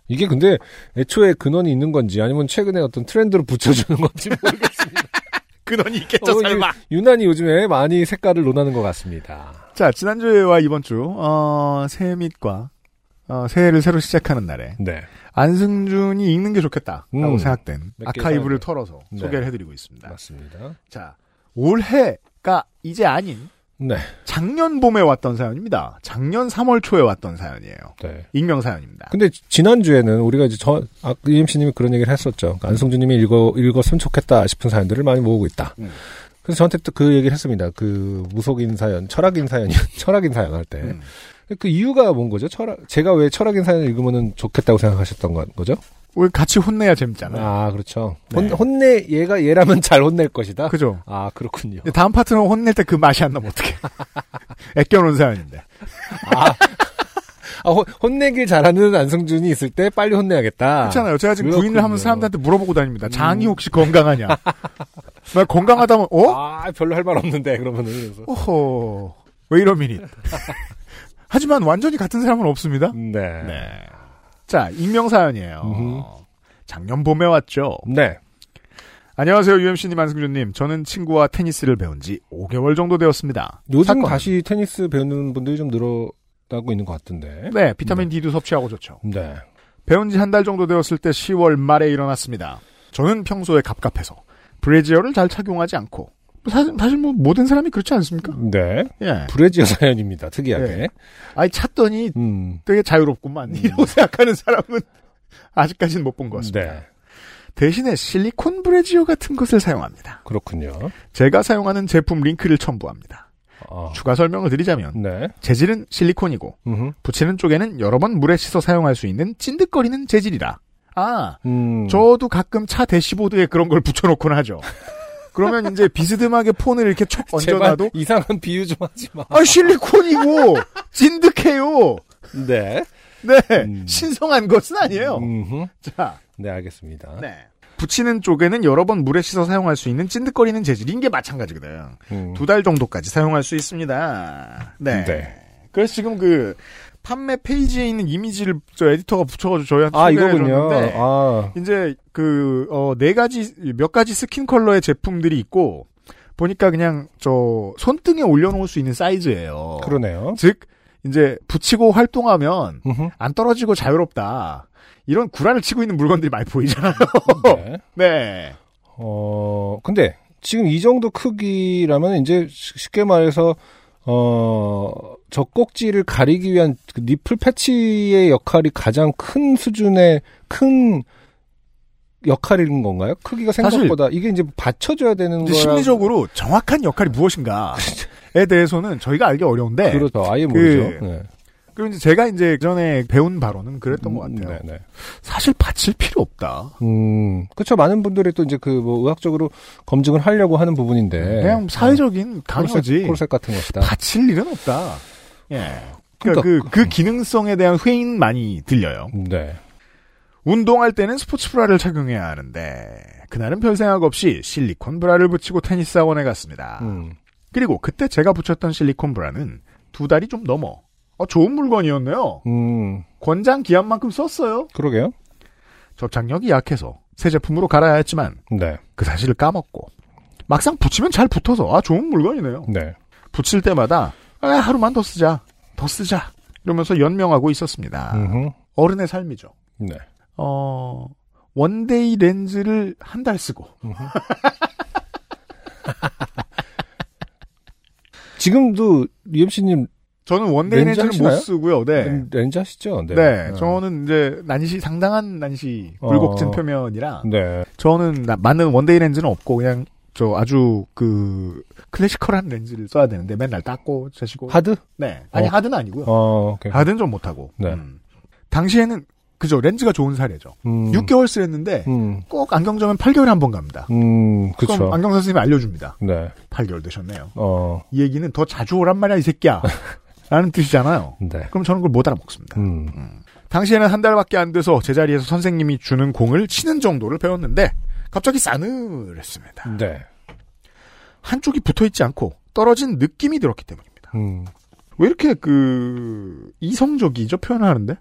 B: 이게 근데 애초에 근원이 있는 건지 아니면 최근에 어떤 트렌드로 붙여주는 건지 모르겠어요.
A: 근원이 있겠죠,
B: 어, 이게 유난히 요즘에 많이 색깔을 논하는 것 같습니다.
A: 자, 지난주와 이번주, 어, 새해 밑과, 어, 새해를 새로 시작하는 날에,
B: 네.
A: 안승준이 읽는 게 좋겠다라고
B: 음.
A: 생각된
B: 개
A: 아카이브를
B: 사연을.
A: 털어서
B: 네.
A: 소개를 해드리고 있습니다.
B: 맞습니다.
A: 자, 올해가 이제 아닌,
B: 네.
A: 작년 봄에 왔던 사연입니다. 작년 3월 초에 왔던 사연이에요.
B: 네.
A: 익명 사연입니다.
B: 근데 지- 지난주에는 우리가 이제 저, 아, UMC님이 그런 얘기를 했었죠. 그러니까 안성주님이 읽어, 읽었으면 좋겠다 싶은 사연들을 많이 모으고 있다.
A: 음.
B: [LAUGHS] 그래서 저한테 또 그 얘기를 했습니다. 그 무속인 사연, 철학인 사연, 철학인 사연 할 때.
A: 음.
B: 그 이유가 뭔 거죠? 철학, 제가 왜 철학인 사연을 읽으면 좋겠다고 생각하셨던 건 거죠?
A: 우리 같이 혼내야 재밌잖아요.
B: 아, 그렇죠.
A: 네.
B: 혼, 혼내, 얘가 얘라면 잘 혼낼 것이다?
A: 그죠?
B: 아, 그렇군요.
A: 근데 다음 파트는 혼낼 때 그 맛이 안 나면 어떡해. [LAUGHS] 애껴놓은 사연인데.
B: 아, 혼, 혼내길 잘하는 안승준이 있을 때 빨리 혼내야겠다.
A: 그렇잖아요. 제가 지금
B: 그렇군요. 음.
A: 구인을 하면 사람들한테 물어보고 다닙니다. 장이
B: [LAUGHS]
A: 혹시 건강하냐? 나 건강하다면, 어?
B: 아, 별로 할 말 없는데, 그러면은. 그래서.
A: 오호. 왜
B: [LAUGHS]
A: 이런 미니? 하지만 완전히 같은 사람은 없습니다.
B: 네. 네.
A: 네. 자, 익명사연이에요.
B: 음흠.
A: 작년 봄에 왔죠.
B: 네.
A: 안녕하세요, UMC님, 안승준님. 저는 친구와 테니스를 배운 지 5개월 정도 되었습니다.
B: 요즘
A: 사건.
B: 다시 테니스 배우는 분들이 좀 늘어나고 있는 것 같은데.
A: 네, 비타민 D도 섭취하고 좋죠.
B: 네.
A: 배운 지 한 달 정도 되었을 때 10월 말에 일어났습니다. 저는 평소에 갑갑해서 브래지어를 잘 착용하지 않고 사실, 사실 뭐 모든 사람이 그렇지 않습니까?
B: 네.
A: 예.
B: 브레지어 사연입니다, 특이하게.
A: 네. 아니 찾더니
B: 음.
A: 되게 자유롭구만 이라고 [LAUGHS] 생각하는 사람은 아직까지는 못 본 것 같습니다.
B: 네.
A: 대신에 실리콘 브래지어 같은 것을 사용합니다.
B: 그렇군요.
A: 제가 사용하는 제품 링크를 첨부합니다.
B: 아.
A: 추가 설명을 드리자면
B: 네.
A: 재질은 실리콘이고
B: 음흠.
A: 붙이는 쪽에는 여러 번 물에 씻어 사용할 수 있는 찐득거리는 재질이라. 아,
B: 음.
A: 저도 가끔 차 대시보드에 그런 걸 붙여놓곤 하죠. 그러면 이제 비스듬하게 폰을 이렇게 척
B: [LAUGHS] 제발
A: 얹어놔도
B: 이상한 비유 좀 하지 마.
A: 아 실리콘이고 찐득해요.
B: 네.
A: 네,
B: 음.
A: 신성한 것은 아니에요.
B: 어. 음흠.
A: 자,
B: 네, 알겠습니다.
A: 네. 붙이는 쪽에는 여러 번 물에 씻어 사용할 수 있는 찐득거리는 재질인 게 마찬가지거든.
B: 음.
A: 두 달 정도까지 사용할 수 있습니다. 네.
B: 네.
A: 그래서 지금 그 판매 페이지에 있는 이미지를 저 에디터가 붙여가지고 저희한테
B: 아, 이거군요.
A: 소개해줬는데
B: 아.
A: 이제 그, 어, 네 가지, 몇 가지 스킨 컬러의 제품들이 있고, 보니까 그냥, 저, 손등에 올려놓을 수 있는 사이즈예요.
B: 그러네요.
A: 즉, 이제, 붙이고 활동하면,
B: 음흠.
A: 안 떨어지고 자유롭다. 이런 구라를 치고 있는 물건들이 많이
B: [LAUGHS]
A: 보이잖아요. 어.
B: 네.
A: 네.
B: 어, 근데 지금 이 정도 크기라면 이제 시- 쉽게 말해서 어, 젖꼭지를 가리기 위한 그 니플 패치의 역할이 가장 큰 수준의 큰 역할인 건가요? 크기가
A: 사실-
B: 생각보다 이게 이제 받쳐줘야 되는
A: 근데
B: 거라
A: 심리적으로 정확한 역할이 무엇인가에 대해서는 저희가 알기 어려운데, 그
B: 그렇죠. 아예 모르죠.
A: 그-
B: 네.
A: 그리고 이제 제가 이제 전에 배운 바로는 그랬던 것 같아요.
B: 네, 네.
A: 사실 받칠 필요 없다.
B: 음, 그렇죠. 많은 분들이 또 이제 그 뭐 의학적으로 검증을 하려고 하는 부분인데
A: 그냥
B: 네.
A: 사회적인 강요지.
B: 코르셋, 코르셋 같은 것이다.
A: 다칠 일은 없다. 예. 그러니까
B: 그러니까
A: 그, 그 기능성에 대한 회의는 많이 들려요.
B: 네.
A: 운동할 때는 스포츠 브라를 착용해야 하는데 그날은 별 생각 없이 실리콘 브라를 붙이고 테니스 학원에 갔습니다.
B: 음.
A: 그리고 그때 제가 붙였던 실리콘 브라는 두 달이 좀 넘어. 어, 좋은 물건이었네요.
B: 음.
A: 권장 기한만큼 썼어요.
B: 그러게요.
A: 접착력이 약해서 새 제품으로 갈아야 했지만
B: 네.
A: 그 사실을 까먹고 막상 붙이면 잘 붙어서 아 좋은 물건이네요.
B: 네.
A: 붙일 때마다 아, 하루만 더 쓰자, 더 쓰자 이러면서 연명하고 있었습니다.
B: 음흠.
A: 어른의 삶이죠.
B: 네.
A: 어, 원데이 렌즈를 한 달 쓰고.
B: [LAUGHS] 지금도 UMC님
A: 저는 원데이
B: 렌즈
A: 렌즈 를못
B: 하시나요? 음,
A: 쓰고요. 네.
B: 렌즈 하시죠?
A: 네.
B: 어.
A: 저는 이제 난시, 상당한 난시,
B: 어.
A: 굴곡진 표면이라,
B: 네.
A: 저는 나- 맞는 원데이 렌즈는 없고, 그냥, 저 아주 그, 클래시컬한 렌즈를 써야 되는데, 맨날 닦고, 재시고.
B: 하드?
A: 네. 아니,
B: 어.
A: 하드는 아니고요.
B: 어, 오케이.
A: 하드는 좀 못하고.
B: 네.
A: 음. 당시에는, 그죠. 렌즈가 좋은 사례죠.
B: 음.
A: 6개월 쓰랬는데,
B: 음.
A: 꼭 안경점은 8개월에 한 번 갑니다.
B: 음, 그쵸.
A: 그럼 안경 선생님이 알려줍니다.
B: 네.
A: 8개월 되셨네요.
B: 어,
A: 이 얘기는 더 자주 오란 말이야 이 새끼야 라는 뜻이잖아요
B: 네.
A: 그럼 저는 그걸 못 알아먹습니다
B: 음.
A: 당시에는 한 달밖에 안 돼서 제자리에서 선생님이 주는 공을 치는 정도를 배웠는데 갑자기 싸늘했습니다
B: 네.
A: 한쪽이 붙어있지 않고 떨어진 느낌이 들었기 때문입니다
B: 음.
A: 왜 이렇게 그 이성적이죠 표현하는데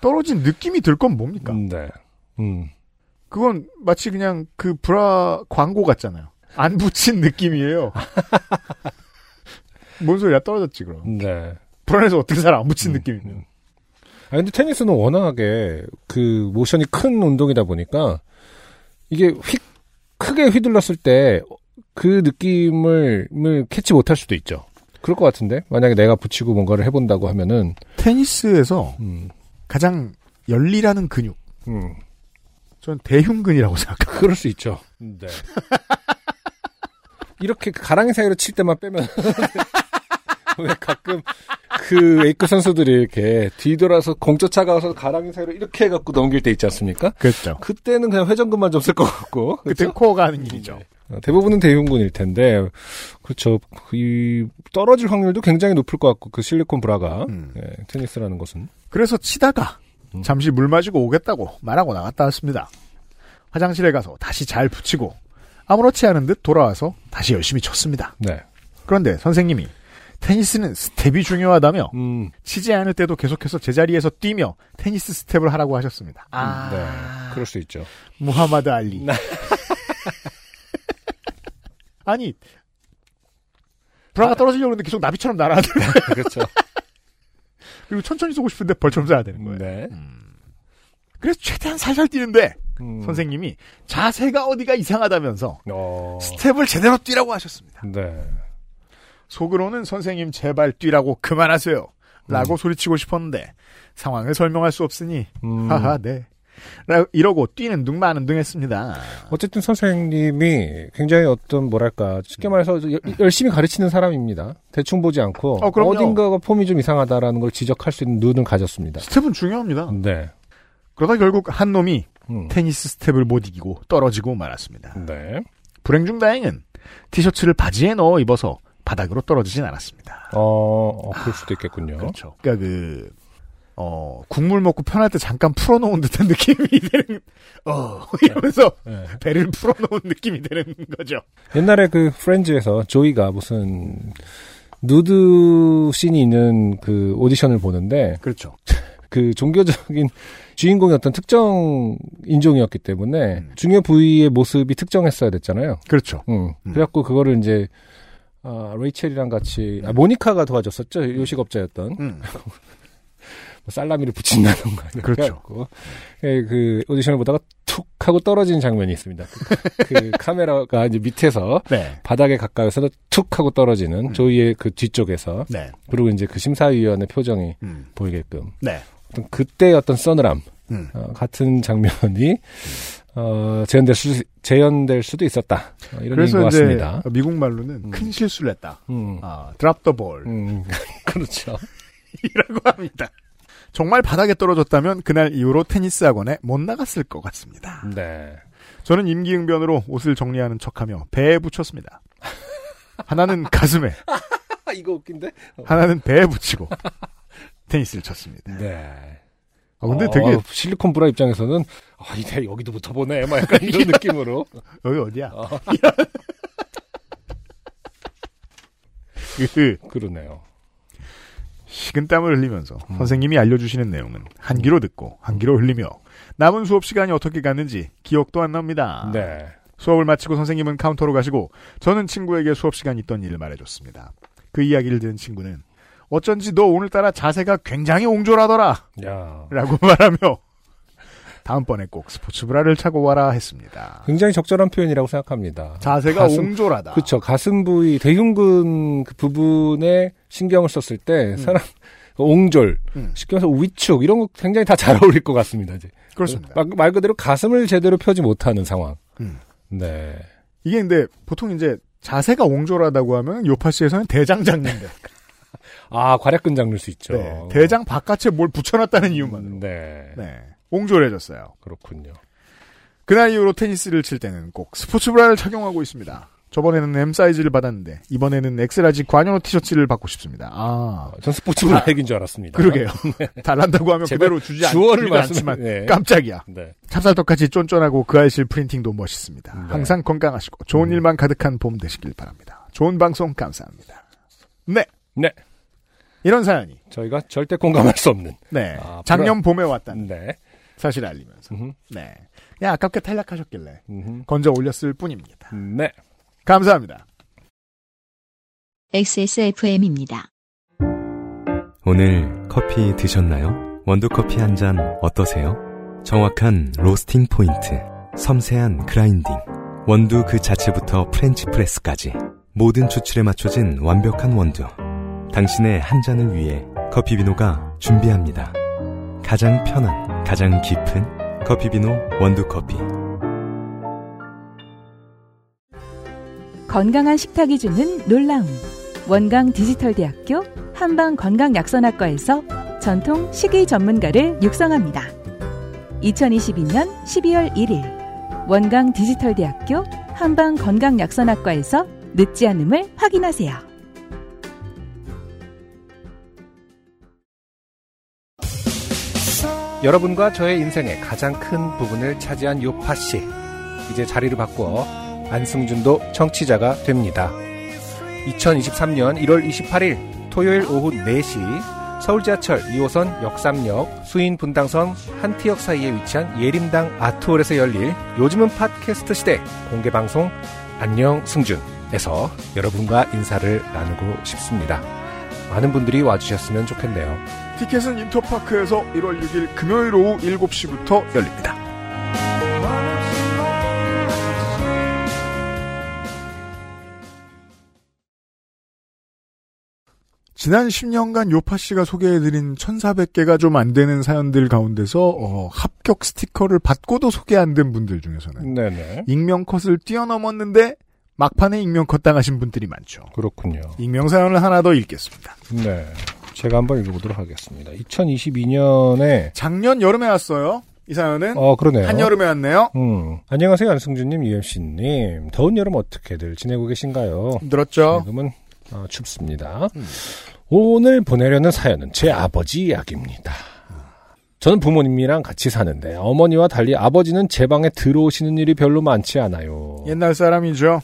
A: 떨어진 느낌이 들 건 뭡니까
B: 네. 음.
A: 그건 마치 그냥 그 브라 광고 같잖아요 안 붙인 느낌이에요 뭔 소리야 떨어졌지 그럼
B: 네.
A: 불안해서 어떻게 잘 안 붙인 느낌이네요.
B: 아, 근데 테니스는 워낙에 그 모션이 큰 운동이다 보니까 이게 휙, 크게 휘둘렀을 때 그 느낌을 을 캐치 못할 수도 있죠. 그럴 것 같은데? 만약에 내가 붙이고 뭔가를 해본다고 하면은,
A: 테니스에서
B: 음.
A: 가장 열리라는 근육,
B: 음.
A: 저는 대흉근이라고 [LAUGHS] 생각해요.
B: 그럴 수 있죠. [LAUGHS] 네. [LAUGHS] 이렇게 가랑이 사이로 칠 때만 빼면 왜 가끔 그 웨이크 선수들이 이렇게 뒤돌아서 공조차가 와서 가랑이 사이로 이렇게 해갖고 넘길 때 있지 않습니까?
A: 그렇죠.
B: 그때는 그냥 회전근만 좀 쓸 것 같고.
A: [LAUGHS] 그때
B: 그렇죠?
A: 코어 가는 길이죠.
B: 어, 대부분은 대흉군일 텐데, 그렇죠. 그이 떨어질 확률도 굉장히 높을 것 같고, 그 실리콘 브라가.
A: 음.
B: 예, 테니스라는 것은.
A: 그래서 치다가
B: 음.
A: 잠시 물 마시고 오겠다고 말하고 나갔다 왔습니다. 화장실에 가서 다시 잘 붙이고 아무렇지 않은 듯 돌아와서 다시 열심히 쳤습니다.
B: 네.
A: 그런데 선생님이 테니스는 스텝이 중요하다며
B: 음,
A: 치지 않을 때도 계속해서 제자리에서 뛰며 테니스 스텝을 하라고 하셨습니다.
B: 네. 그럴 수
A: [LAUGHS]
B: 있죠.
A: 무하마드 알리. [LAUGHS] 아니 브라가 떨어지려고 했는데 계속 나비처럼 날아가는
B: 그렇죠.
A: [LAUGHS] 그리고 천천히 쏘고 싶은데 벌처럼 쏴야 되는 거예요.
B: 네.
A: 그래서 최대한 살살 뛰는데
B: 음.
A: 선생님이 자세가 어디가 이상하다면서
B: 어.
A: 스텝을 제대로 뛰라고 하셨습니다.
B: 네.
A: 속으로는 선생님 제발 뛰라고 그만하세요. 라고 소리치고 싶었는데 상황을 설명할 수 없으니
B: 음.
A: 하하 네. 라- 이러고 뛰는 둥 마는 둥 했습니다.
B: 어쨌든 선생님이 굉장히 어떤 뭐랄까 쉽게
A: 음.
B: 말해서 여- 열심히 가르치는 사람입니다. 대충 보지 않고
A: 어, 그럼요.
B: 어딘가가 폼이 좀 이상하다라는 걸 지적할 수 있는 눈을 가졌습니다.
A: 스텝은 중요합니다.
B: 네.
A: 그러다 결국 한 놈이
B: 음.
A: 테니스 스텝을 못 이기고 떨어지고 말았습니다.
B: 네.
A: 불행 중 다행은 티셔츠를 바지에 넣어 입어서 바닥으로 떨어지진 않았습니다.
B: 어, 어, 그럴 수도 있겠군요.
A: 그렇죠. 그러니까 그, 어, 국물 먹고 편할 때 잠깐 풀어놓은 듯한 느낌이 [LAUGHS] 드는, 어, [LAUGHS] 이러면서
B: 네.
A: 배를 풀어놓은 느낌이 되는 거죠.
B: 옛날에 그 프렌즈에서 조이가 무슨 누드 씬이 있는 그 오디션을 보는데
A: 그렇죠.
B: 그 종교적인 [LAUGHS] 주인공이 어떤 특정 인종이었기 때문에
A: 음.
B: 중요 부위의 모습이 특정했어야 됐잖아요.
A: 그렇죠.
B: 음.
A: 음.
B: 그래갖고 그거를 이제 아, 레이첼이랑 같이 아, 모니카가 도와줬었죠 요식업자였던 뭐 [LAUGHS]
A: 음.
B: 살라미를 붙인다던가 이렇게
A: 그렇죠.
B: 해갖고. 예, 그 오디션을 보다가 툭 하고 떨어진 장면이 있습니다. 그, 그 [LAUGHS] 카메라가 이제 밑에서
A: 네.
B: 바닥에 가까이서 툭 하고 떨어지는
A: 음.
B: 조이의 그 뒤쪽에서
A: 네.
B: 그리고 이제 그 심사위원의 표정이
A: 음.
B: 보이게끔
A: 네.
B: 어떤 그때의 어떤 서늘함
A: 음.
B: 어, 같은 장면이 어, 재현될 수 재현될 수도 있었다 어, 이런 얘기인 것
A: 그래서 이제
B: 같습니다.
A: 미국 말로는
B: 음.
A: 큰 실수를 했다.
B: 음.
A: 아, 드랍 더 볼.
B: 음, [LAUGHS] 그렇죠.
A: 이라고 합니다. 정말 바닥에 떨어졌다면 그날 이후로 테니스 학원에 못 나갔을 것 같습니다. [LAUGHS]
B: 네.
A: 저는 임기응변으로 옷을 정리하는 척하며 배에 붙였습니다. 하나는 가슴에,
B: 아, 이거 웃긴데?
A: 하나는 배에 붙이고 테니스를 쳤습니다.
B: 네.
A: 아, 근데 되게
B: 어, 실리콘 브라 입장에서는, 아, 이제 여기도 붙어보네. 막 약간
A: [LAUGHS]
B: 이런 느낌으로.
A: 여기 어디야?
B: 어.
A: 그
B: 그러네요.
A: 식은땀을 흘리면서
B: 음.
A: 선생님이 알려주시는 내용은 한 귀로 듣고 한 귀로 흘리며 남은 수업 시간이 어떻게 갔는지 기억도 안 납니다.
B: 네.
A: 수업을 마치고 선생님은 카운터로 가시고 저는 친구에게 수업 시간 있던 일을 말해줬습니다. 그 이야기를 들은 친구는 어쩐지 너 오늘따라 자세가 굉장히 옹졸하더라
B: 야
A: 라고 [LAUGHS] 말하며 다음번에 꼭 스포츠 브라를 차고 와라 했습니다.
B: 굉장히 적절한 표현이라고 생각합니다.
A: 자세가
B: 가슴-
A: 옹졸하다.
B: 그쵸. 가슴 부위, 대흉근 그 부분에 신경을 썼을 때, 사람, 그 옹졸,
A: 음.
B: 쉽게 말해서 위축, 이런 거 굉장히 다 잘 [LAUGHS] 어울릴 것 같습니다. 이제.
A: 그렇습니다.
B: 말, 말 그대로 가슴을 제대로 펴지 못하는 상황.
A: 음.
B: 네.
A: 이게 근데 보통 이제 자세가 옹졸하다고 하면 요파시에서는 대장 잡는데
B: 아, 괄약근 잡을 수 있죠. 음,
A: 네, 대장 바깥에 뭘 붙여놨다는 이유만으로
B: 네.
A: 네, 옹졸해졌어요.
B: 그렇군요.
A: 그날 이후로 테니스를 칠 때는 꼭 스포츠 브라를 착용하고 있습니다. 저번에는 M 사이즈를 받았는데 이번에는 엑스라지 관여로 티셔츠를 받고 싶습니다. 아
B: 전 스포츠 브라 얘기인 줄 알았습니다.
A: [LAUGHS] 그러게요. 달란다고 하면
B: 제발
A: 그대로 주지 않-
B: 주어를
A: 주지도
B: 말씀해-
A: 않지만
B: 네.
A: 깜짝이야.
B: 네.
A: 찹쌀떡같이 쫀쫀하고 그 아이실 프린팅도 멋있습니다.
B: 네.
A: 항상 건강하시고 좋은
B: 음.
A: 일만 가득한 봄 되시길 바랍니다. 좋은 방송 감사합니다. 네.
B: 네.
A: 이런 사연이
B: 저희가 절대 공감할 수 없는.
A: 네
B: 아,
A: 작년 봄에 왔다는
B: 네.
A: 사실을 알리면서
B: 음흠,
A: 네. 야 아깝게 탈락하셨길래
B: 음흠.
A: 건져 올렸을 뿐입니다.
B: 네.
A: 감사합니다.
C: XSFM입니다.
E: 오늘 커피 드셨나요? 원두커피 한 잔 어떠세요? 정확한 로스팅 포인트, 섬세한 그라인딩, 원두 그 자체부터 프렌치 프레스까지 모든 추출에 맞춰진 완벽한 원두. 당신의 한 잔을 위해 커피비노가 준비합니다. 가장 편한, 가장 깊은 커피비노 원두커피.
D: 건강한 식탁이 주는 놀라움. 원광 디지털 대학교 한방 건강약선학과에서 전통 식이 전문가를 육성합니다. 2022년 12월 1일 원광 디지털대학교 한방 건강약선학과에서 늦지 않음을 확인하세요.
B: 여러분과 저의 인생의 가장 큰 부분을 차지한 요파 씨. 이제 자리를 바꿔 안승준도 청취자가 됩니다. 2023년 1월 28일 토요일 오후 4시 서울 지하철 2호선 역삼역 수인 분당선 한티역 사이에 위치한 예림당 아트홀에서 열릴 요즘은 팟캐스트 시대 공개 방송 안녕 승준에서 여러분과 인사를 나누고 싶습니다. 많은 분들이 와주셨으면 좋겠네요.
A: 티켓은 인터파크에서 1월 6일 금요일 오후 7시부터 열립니다. 지난 10년간 요파 씨가 소개해드린 1,400개가 좀 안 되는 사연들 가운데서 어, 합격 스티커를 받고도 소개 안 된 분들 중에서는
B: 네네.
A: 익명 컷을 뛰어넘었는데 막판에 익명 컷 당하신 분들이 많죠.
B: 그렇군요.
A: 익명 사연을 하나 더 읽겠습니다.
B: 네. 제가 한번 읽어보도록 하겠습니다. 2022년에,
A: 작년 여름에 왔어요. 이 사연은
B: 어, 그러네요.
A: 한여름에 왔네요.
B: 음. 안녕하세요, 안승준님, UMC님. 더운 여름 어떻게들 지내고 계신가요?
A: 힘들었죠?
B: 지금은 어, 춥습니다.
A: 음.
B: 오늘 보내려는 사연은 제 아버지 이야기입니다. 저는 부모님이랑 같이 사는데 어머니와 달리 아버지는 제 방에 들어오시는 일이 별로 많지 않아요.
A: 옛날 사람이죠.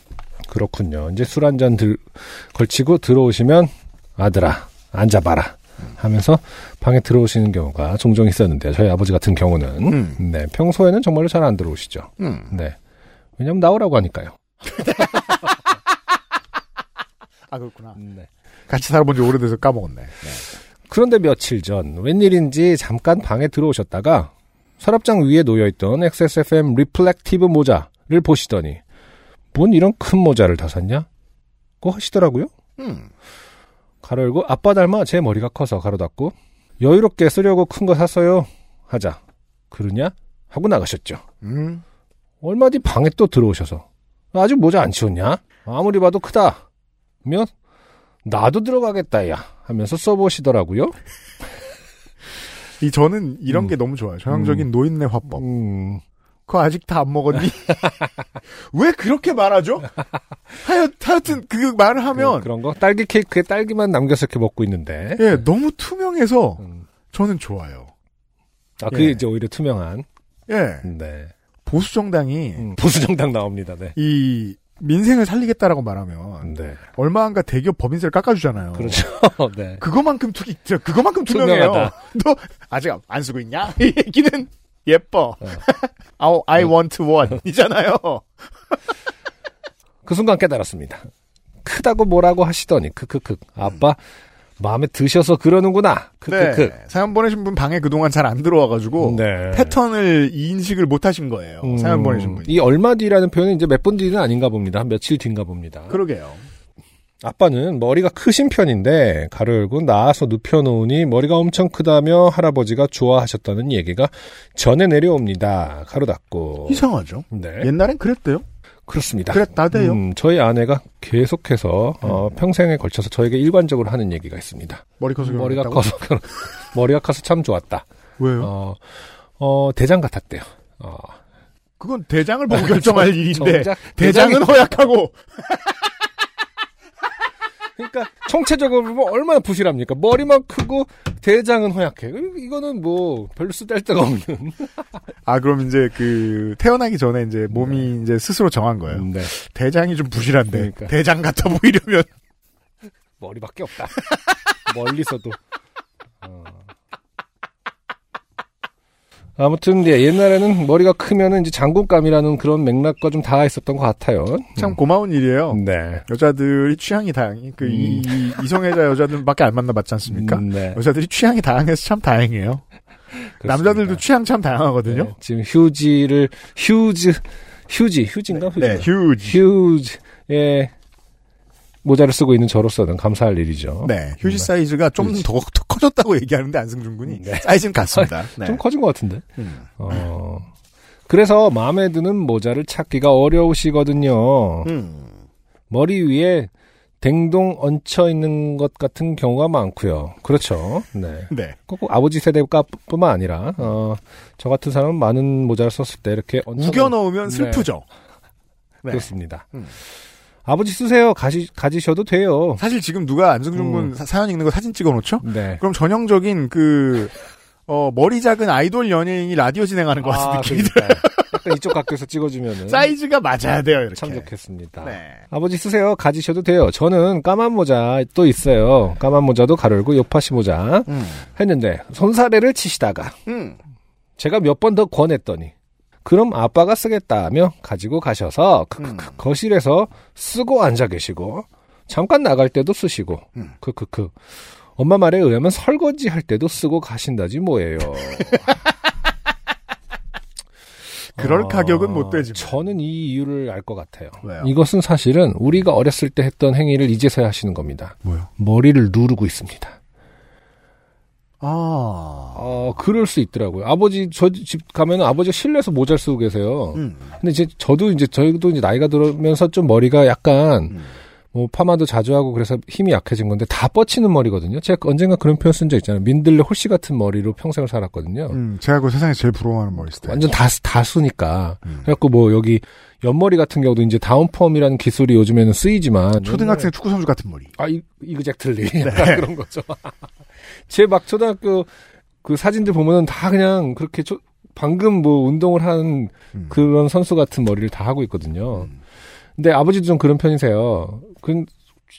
B: 그렇군요. 이제 술 한 잔 걸치고 들어오시면 아들아 앉아봐라 하면서 방에 들어오시는 경우가 종종 있었는데 저희 아버지 같은 경우는
A: 음.
B: 네 평소에는 정말로 잘 안 들어오시죠.
A: 음.
B: 네 왜냐면 나오라고 하니까요.
A: 아 그렇구나.
B: 네.
A: 같이 살아본 지 오래돼서 까먹었네. 네.
B: 그런데 며칠 전 웬일인지 잠깐 방에 들어오셨다가 서랍장 위에 놓여있던 XSFM 리플렉티브 모자를 보시더니 뭔 이런 큰 모자를 다 샀냐? 그거 하시더라고요.
A: 음.
B: 가로 열고 아빠 닮아 제 머리가 커서 가로 닫고 여유롭게 쓰려고 큰 거 샀어요 하자 그러냐 하고 나가셨죠
A: 음.
B: 얼마 뒤 방에 또 들어오셔서 아직 모자 안 치웠냐 아무리 봐도 크다 면 나도 들어가겠다 야 하면서 써보시더라고요
A: 이 저는 이런 게 너무 좋아요. 전형적인 노인네 화법.
B: 음,
A: 그거 아직 다
B: [LAUGHS]
A: 안 먹었니? 왜 그렇게 말하죠? 하여, 하여튼 그 말을 하면
B: 그, 런거 딸기 케이크에 딸기만 남겨서 이렇게 먹고 있는데
A: 예 너무 투명해서
B: 음.
A: 저는 좋아요.
B: 아 그게
A: 예.
B: 이제 오히려 투명한
A: 예
B: 네
A: 보수 정당이
B: 음, 보수 정당 나옵니다 네
A: 이 민생을 살리겠다라고 말하면
B: 네.
A: 얼마 안가 대기업 법인세를 깎아주잖아요.
B: 그렇죠. [LAUGHS] 네.
A: 그거만큼 투기, 저, 그거만큼 투명해요.
B: 투명하다.
A: [LAUGHS] 너 아직 안 쓰고 있냐? 이 얘기는 예뻐.
B: 어.
A: [LAUGHS] 아우, I want one 이잖아요.
B: 그 순간 깨달았습니다. 크다고 뭐라고 하시더니 크크크 아빠 마음에 드셔서 그러는구나 크크크
A: 음. 네, 사연 보내신 분 방에 그동안 잘 안 들어와가지고
B: 네.
A: 패턴을 인식을 못하신 거예요.
B: 음,
A: 사연 보내신 분이.
B: 이 얼마 뒤라는 표현은 이제 몇 분 뒤는 아닌가 봅니다. 한 며칠 뒤인가 봅니다.
A: 그러게요.
B: 아빠는 머리가 크신 편인데 가로 열고 나와서 눕혀놓으니 머리가 엄청 크다며 할아버지가 좋아하셨다는 얘기가 전해 내려옵니다. 가로 닫고
A: 이상하죠.
B: 네
A: 옛날엔 그랬대요.
B: 그렇습니다.
A: 예. 그랬다대요. 음.
B: 음, 저희 아내가 계속해서 어, 평생에 걸쳐서 저에게 일관적으로 하는 얘기가 있습니다.
A: 머리 커서
B: 머리가
A: 결혼했다고?
B: 커서 결혼- [LAUGHS] 머리가 커서 참 좋았다.
A: 왜요?
B: 어, 어, 대장 같았대요. 어,
A: 그건 대장을 보고 뭐 결정할
B: [LAUGHS]
A: 일인데
B: 정작 대장이-
A: 대장은 허약하고
B: 그러니까 총체적으로 보면 얼마나 부실합니까? 머리만 크고 대장은 허약해. 이- 이거는 뭐 별로 쓰잘데가 없는.
A: 아 그럼 이제 그 태어나기 전에 이제 몸이 이제 스스로 정한 거예요.
B: 네.
A: 대장이 좀 부실한데
B: 그러니까. 음.
A: 대장 같아 보이려면
B: 머리밖에 없다. 멀리서도. 어. 아무튼 예, 옛날에는 머리가 크면은 이제 장군감이라는 그런 맥락과 좀 닿아 있었던 것 같아요.
A: 참 고마운 일이에요.
B: 음, 네.
A: 여자들이 취향이 다양해. 그, 이, 이- 이성애자 여자들밖에 안 만나봤지 않습니까?
B: 음, 네.
A: 여자들이 취향이 다양해서 참 다행이에요. 남자들도 취향 참 다양하거든요.
B: 네, 지금 휴지를 휴즈 휴지 휴지인가
A: 네.
B: 휴지
A: 휴지.
B: 휴즈의 예, 모자를 쓰고 있는 저로서는 감사할 일이죠.
A: 네, 휴지 사이즈가 좀
B: 휴지.
A: 더 커졌다고 얘기하는데 안승준 군이
B: 네.
A: 사이즈는 같습니다. 네.
B: 좀 커진 것 같은데.
A: 음.
B: 어. 그래서 마음에 드는 모자를 찾기가 어려우시거든요.
A: 음.
B: 머리 위에 댕동 얹혀 있는 것 같은 경우가 많고요. 그렇죠. 네.
A: 네.
B: 꼭 아버지 세대가뿐만 아니라 어, 저 같은 사람은 많은 모자를 썼을 때 이렇게 얹혀
A: 우겨 넣으면
B: 네.
A: 슬프죠. 네.
B: 그렇습니다.
A: 음.
B: 아버지 쓰세요. 가지 가지셔도 돼요.
A: 사실 지금 누가 안승준 군
B: 음.
A: 사- 사연 읽는 거 사진 찍어 놓죠?
B: 네.
A: 그럼 전형적인 그, 어, 머리 작은 아이돌 연예인이 라디오 진행하는 것 같은
B: 아,
A: 느낌이 들어요.
B: 그러니까요. 약간 이쪽 각도에서 찍어주면은
A: 사이즈가 맞아야 돼요, 이렇게.
B: 참 좋겠습니다.
A: 네.
B: 아버지 쓰세요. 가지셔도 돼요. 저는 까만 모자 또 있어요. 까만 모자도 가르고 요파시 모자
A: 음.
B: 했는데 손사래를 치시다가
A: 음.
B: 제가 몇 번 더 권했더니 그럼 아빠가 쓰겠다며 가지고 가셔서
A: 그, 음.
B: 크크크 거실에서 쓰고 앉아 계시고 잠깐 나갈 때도 쓰시고
A: 음.
B: 크크크 엄마 말에 의하면 설거지 할 때도 쓰고 가신다지
A: [LAUGHS]
B: 뭐예요.
A: 그럴
B: 아,
A: 가격은 못 되지만.
B: 저는 이 이유를 알 것 같아요.
A: 왜요?
B: 이것은 사실은 우리가 어렸을 때 했던 행위를 이제서야 하시는 겁니다.
A: 뭐요?
B: 머리를 누르고 있습니다.
A: 아.
B: 어, 그럴 수 있더라고요. 아버지, 저 집 가면 아버지가 실내에서 모자를 쓰고 계세요.
A: 음.
B: 근데 이제 저도 이제 저희도 이제 나이가 들면서 좀 머리가 약간
A: 음.
B: 뭐 파마도 자주 하고 그래서 힘이 약해진 건데 다 뻗치는 머리거든요. 제가 언젠가 그런 표현 쓴 적 있잖아요. 민들레 홀씨 같은 머리로 평생을 살았거든요.
A: 음, 제가 그 세상에 제일 부러워하는 머리 스타일.
B: 어.
A: 음.
B: 완전 다, 다수니까. 그래갖고 뭐 여기 옆머리 같은 경우도 이제 다운펌이라는 기술이 요즘에는 쓰이지만.
A: 초등학생 네. 축구 선수 같은 머리.
B: 아, 이, 이그잭틀리. [LAUGHS] 약간 그런 거죠. 제 막 초등학교 그 사진들 보면은 다 그냥 그렇게 초- 방금 뭐 운동을 한
A: 음. 그러니까
B: 그런 어. 선수 같은 머리를 다 하고 있거든요. 근데 아버지도 좀 그런 편이세요. 그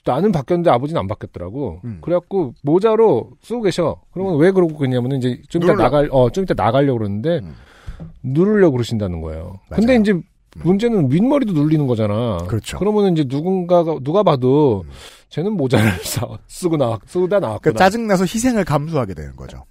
B: 나는 바뀌었는데 아버지는 안 바뀌었더라고.
A: 음.
B: 그래갖고 모자로 쓰고 계셔. 그러면 왜 그러고 그러냐면은 이제 좀 이따
A: 누르려고.
B: 나갈 어 좀 이따 나가려고 그러는데
A: 음.
B: 누르려고 그러신다는 거예요. 근데
A: 맞아요. 음.
B: 이제 문제는 윗머리도 눌리는 거잖아.
A: 그렇죠. 음.
B: 그러면은 이제 누군가가 누가 봐도 쟤는 모자를 [LAUGHS] 사, 쓰고 나 쓰다 나왔구나.
A: 그러니까 짜증나서 희생을 감수하게 되는 거죠.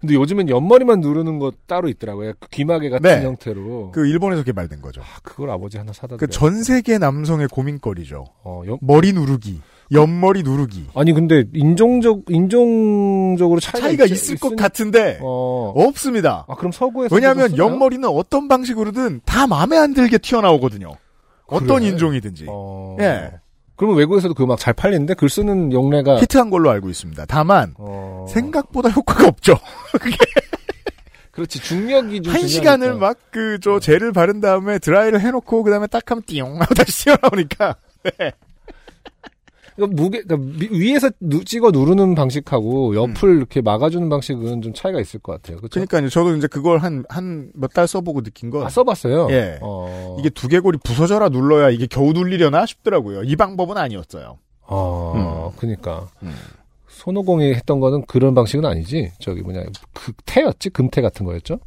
B: 근데 요즘엔 옆머리만 누르는 거 따로 있더라고요. 그 귀마개 같은
A: 네.
B: 형태로. 그,
A: 그 일본에서 개발된 거죠.
B: 걸 아버지 하나 사다
A: 그
B: 드려.
A: 전 세계 남성의 고민거리죠.
B: 어, 옆-
A: 머리 누르기, 옆머리 누르기.
B: 아니 근데 인종적 인종적으로 차이가,
A: 차이가
B: 있-
A: 있을 것
B: 있으니-
A: 같은데
B: 어.
A: 없습니다.
B: 아 그럼 서구에서
A: 왜냐하면 옆머리는 어떤 방식으로든 다 마음에 안 들게 튀어나오거든요. 어떤
B: 그래요?
A: 인종이든지
B: 어.
A: 예.
B: 그러면 외국에서도 그 막 잘 팔리는데 글 쓰는 용례가
A: 히트한 걸로 알고 있습니다. 다만
B: 어.
A: 생각보다 효과가 없죠.
B: 그렇지 중력이 좀
A: 한 시간을 막 그 저 젤을 바른 다음에 드라이를 해놓고 그다음에 딱 하면 띠용 하고 [LAUGHS] 다시 튀어나오니까
B: 그 무게 그러니까 미- 위에서 누- 찍어 누르는 방식하고 옆을
A: 음.
B: 이렇게 막아주는 방식은 좀 차이가 있을 것 같아요. 그렇죠?
A: 그러니까요. 저도 이제 그걸 한 한 몇 달 써보고 느낀 건
B: 아, 써봤어요.
A: 예.
B: 어.
A: 이게 두개골이 부서져라 눌러야 이게 겨우 눌리려나 싶더라고요. 이 방법은 아니었어요.
B: 아, 그러니까
A: 음.
B: 손오공이 했던 거는 그런 방식은 아니지. 저기 뭐냐 그 태였지 금태 같은 거였죠.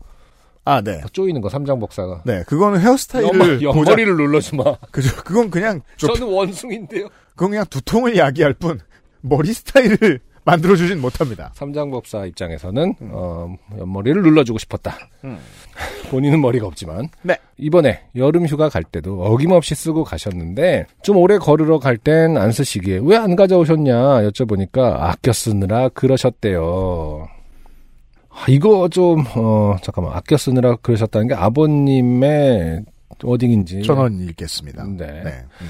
A: 아 네.
B: 쪼이는 거 삼장복사가.
A: 네, 그거는 헤어스타일을
B: 옆머-
A: 보자.
B: 옆머리를 눌러주마.
A: 그죠? 그건 그냥 좀
B: 저는 원숭인데요.
A: 그건 그냥 두통을 야기할 뿐 머리 스타일을 [LAUGHS] 만들어 주진 못합니다.
B: 삼장법사 입장에서는 어, 옆머리를 눌러주고 싶었다. [LAUGHS] 본인은 머리가 없지만
A: 음. 네.
B: 이번에 여름 휴가 갈 때도 어김없이 쓰고 가셨는데 좀 오래 걸으러 갈 땐 안 쓰시기에 왜 안 가져오셨냐 여쭤보니까 아껴 쓰느라 그러셨대요. 아, 이거 좀 어, 잠깐만 아껴 쓰느라 그러셨다는 게 아버님의 워딩인지
A: 전원 읽겠습니다.
B: 네.
A: 음.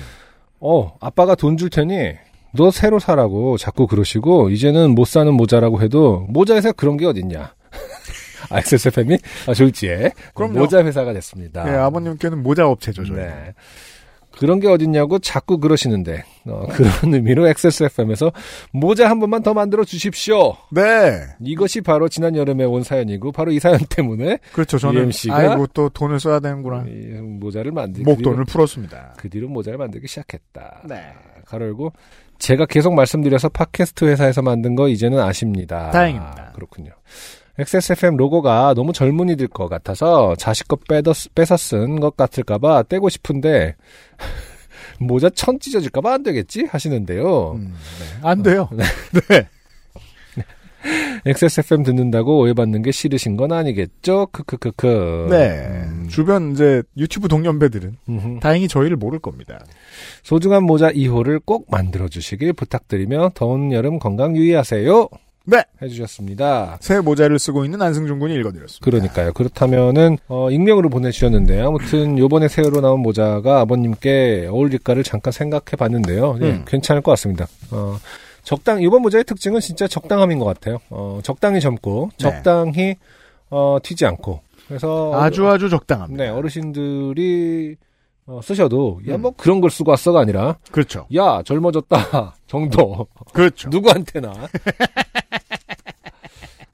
B: 어, 아빠가 돈 줄 테니 너 새로 사라고 자꾸 그러시고 이제는 못 사는 모자라고 해도 모자 회사 그런 게 어딨냐. [LAUGHS] 아, XSFM이 아, 졸지에
A: 그럼요.
B: 모자 회사가 됐습니다.
A: 네, 아버님께는 모자 업체죠, 저희.
B: 네. 그런 게 어딨냐고 자꾸 그러시는데 어, [LAUGHS] 그런 의미로 XSFM에서 모자 한 번만 더 만들어 주십시오.
A: 네.
B: 이것이 바로 지난 여름에 온 사연이고 바로 이 사연 때문에
A: 그렇죠. 저는
B: UMC 가?
A: 아이고 또 돈을 써야 되는구나.
B: 이 모자를 만들기
A: 아. 목돈을 풀었습니다.
B: 그 뒤로 모자를 만들기 시작했다.
A: 네.
B: 가로열고 제가 계속 말씀드려서 팟캐스트 회사에서 만든 거 이제는 아십니다.
A: 다행입니다.
B: 그렇군요. XSFM 로고가 너무 젊은이들 것 같아서 자식 거 빼더, 뺏어 쓴 것 같을까봐 떼고 싶은데 [LAUGHS] 모자 천 찢어질까봐 안 되겠지 하시는데요.
A: 음, 네. 안 돼요. 네.
B: XSFM 듣는다고 오해받는 게 싫으신 건 아니겠죠? 크크크크. 음.
A: 네. 주변 이제 유튜브 동년배들은
B: 음흠.
A: 다행히 저희를 모를 겁니다.
B: 소중한 모자 2호를 꼭 만들어 주시길 부탁드리며 더운 여름 건강 유의하세요.
A: 네.
B: 해주셨습니다.
A: 새 모자를 쓰고 있는 안승준 군이 읽어드렸습니다.
B: 그러니까요. 그렇다면은 어, 익명으로 보내주셨는데 아무튼 요번에 새로 나온 모자가 아버님께 어울릴까를 잠깐 생각해봤는데요. 예,
A: 음.
B: 괜찮을 것 같습니다. 어, 적당 이번 모자의 특징은 진짜 적당함인 것 같아요. 어, 적당히 젊고
A: 네.
B: 적당히 어, 튀지 않고 그래서
A: 아주 아주 적당합니다.
B: 네 어르신들이 어, 쓰셔도 야 뭐 그런 걸 쓰고 왔어가 아니라
A: 그렇죠.
B: 야 젊어졌다 [LAUGHS] 정도
A: 그렇죠.
B: 누구한테나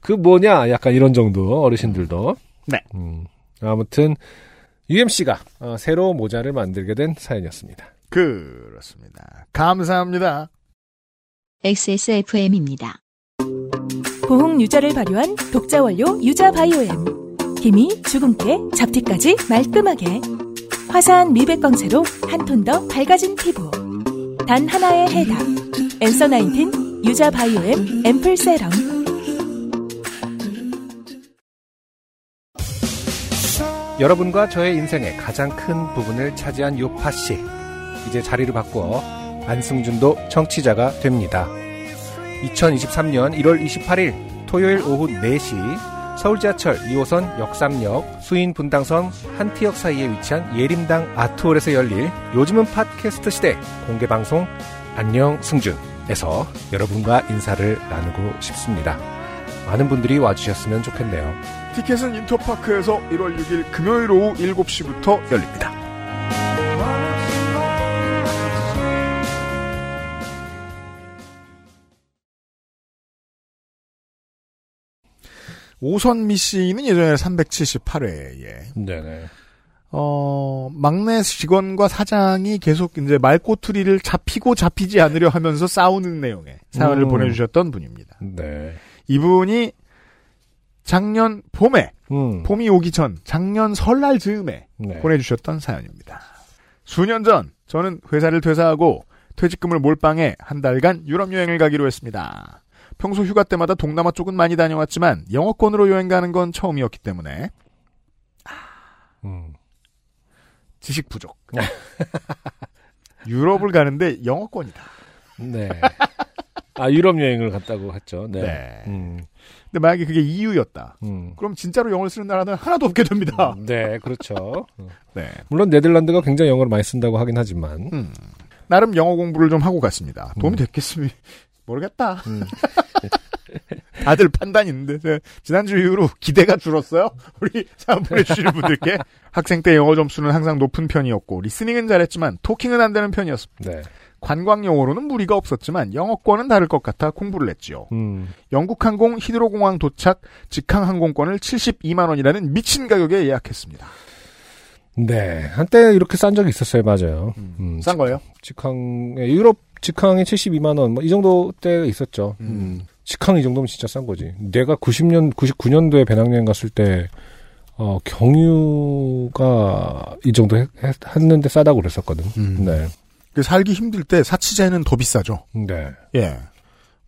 B: 그 뭐냐 약간 이런 정도 어르신들도
A: 네.
B: 음, 아무튼 UMC가 어, 새로 모자를 만들게 된 사연이었습니다.
A: 그렇습니다. 감사합니다.
C: XSFM입니다.
F: 보홍 유자를 발효한 독자 원료 유자 바이오엠. 김이 주근깨 잡티까지 말끔하게. 화사한 미백광채로 한 톤 더 밝아진 피부. 단 하나의 해답. 엔서 나인틴 유자 바이오엠 앰플 세럼.
B: 여러분과 저의 인생의 가장 큰 부분을 차지한 요파 씨 이제 자리를 바꾸어 안승준도 청취자가 됩니다. 2023년 1월 28일 토요일 오후 4시 서울 지하철 2호선 역삼역 수인 분당선 한티역 사이에 위치한 예림당 아트홀에서 열릴 요즘은 팟캐스트 시대 공개 방송 안녕 승준에서 여러분과 인사를 나누고 싶습니다. 많은 분들이 와주셨으면 좋겠네요.
A: 티켓은 인터파크에서 1월 6일 금요일 오후 7시부터 열립니다. 오선미 씨는 예전에 378회에
B: 네네.
A: 어 막내 직원과 사장이 계속 이제 말꼬투리를 잡히고 잡히지 않으려 하면서 싸우는 내용의 사연을
B: 음.
A: 보내주셨던 분입니다.
B: 네.
A: 이분이 작년 봄에
B: 음.
A: 봄이 오기 전 작년 설날 즈음에
B: 네.
A: 보내주셨던 사연입니다. 수년 전 저는 회사를 퇴사하고 퇴직금을 몰빵해 한 달간 유럽 여행을 가기로 했습니다. 평소 휴가 때마다 동남아 쪽은 많이 다녀왔지만 영어권으로 여행 가는 건 처음이었기 때문에
B: 음.
A: 지식 부족.
B: 네.
A: [LAUGHS] 유럽을 가는데 영어권이다.
B: 네. [LAUGHS] 아 유럽 여행을 갔다고 했죠. 네.
A: 네.
B: 음.
A: 근데 만약에 그게 EU였다.
B: 음.
A: 그럼 진짜로 영어를 쓰는 나라는 하나도 없게 됩니다.
B: 네, 그렇죠.
A: 네.
B: 물론 네덜란드가 굉장히 영어를 많이 쓴다고 하긴 하지만.
A: 나름 영어 공부를 좀 하고 갔습니다. 도움이
B: 음.
A: 됐겠으면 모르겠다.
B: 음.
A: 다들 판단이 있는데 네, 지난주 이후로 기대가 줄었어요. 우리 사연
B: [LAUGHS]
A: 보내주시는 분들께 학생 때 영어 점수는 항상 높은 편이었고 리스닝은 잘했지만 토킹은 안 되는 편이었습니다.
B: 네.
A: 관광 영어로는 무리가 없었지만 영어권은 다를 것 같아 공부를 했지요.
B: 음.
A: 영국항공 히드로공항 도착 직항항공권을 72만 원이라는 미친 가격에 예약했습니다.
B: 네. 한때 이렇게 싼 적이 있었어요. 맞아요. 음.
A: 싼 거예요?
B: 직항 예, 유럽 직항이 72만 원 뭐 이 정도 때가 있었죠.
A: 음.
B: 직항 이 정도면 진짜 싼 거지. 내가 90년 99년도에 배낭여행 갔을 때 어, 경유가 이 정도 했, 했- 했는데 싸다고 그랬었거든.
A: 음.
B: 네.
A: 그 살기 힘들 때 사치제는 더 비싸죠.
B: 네.
A: 예.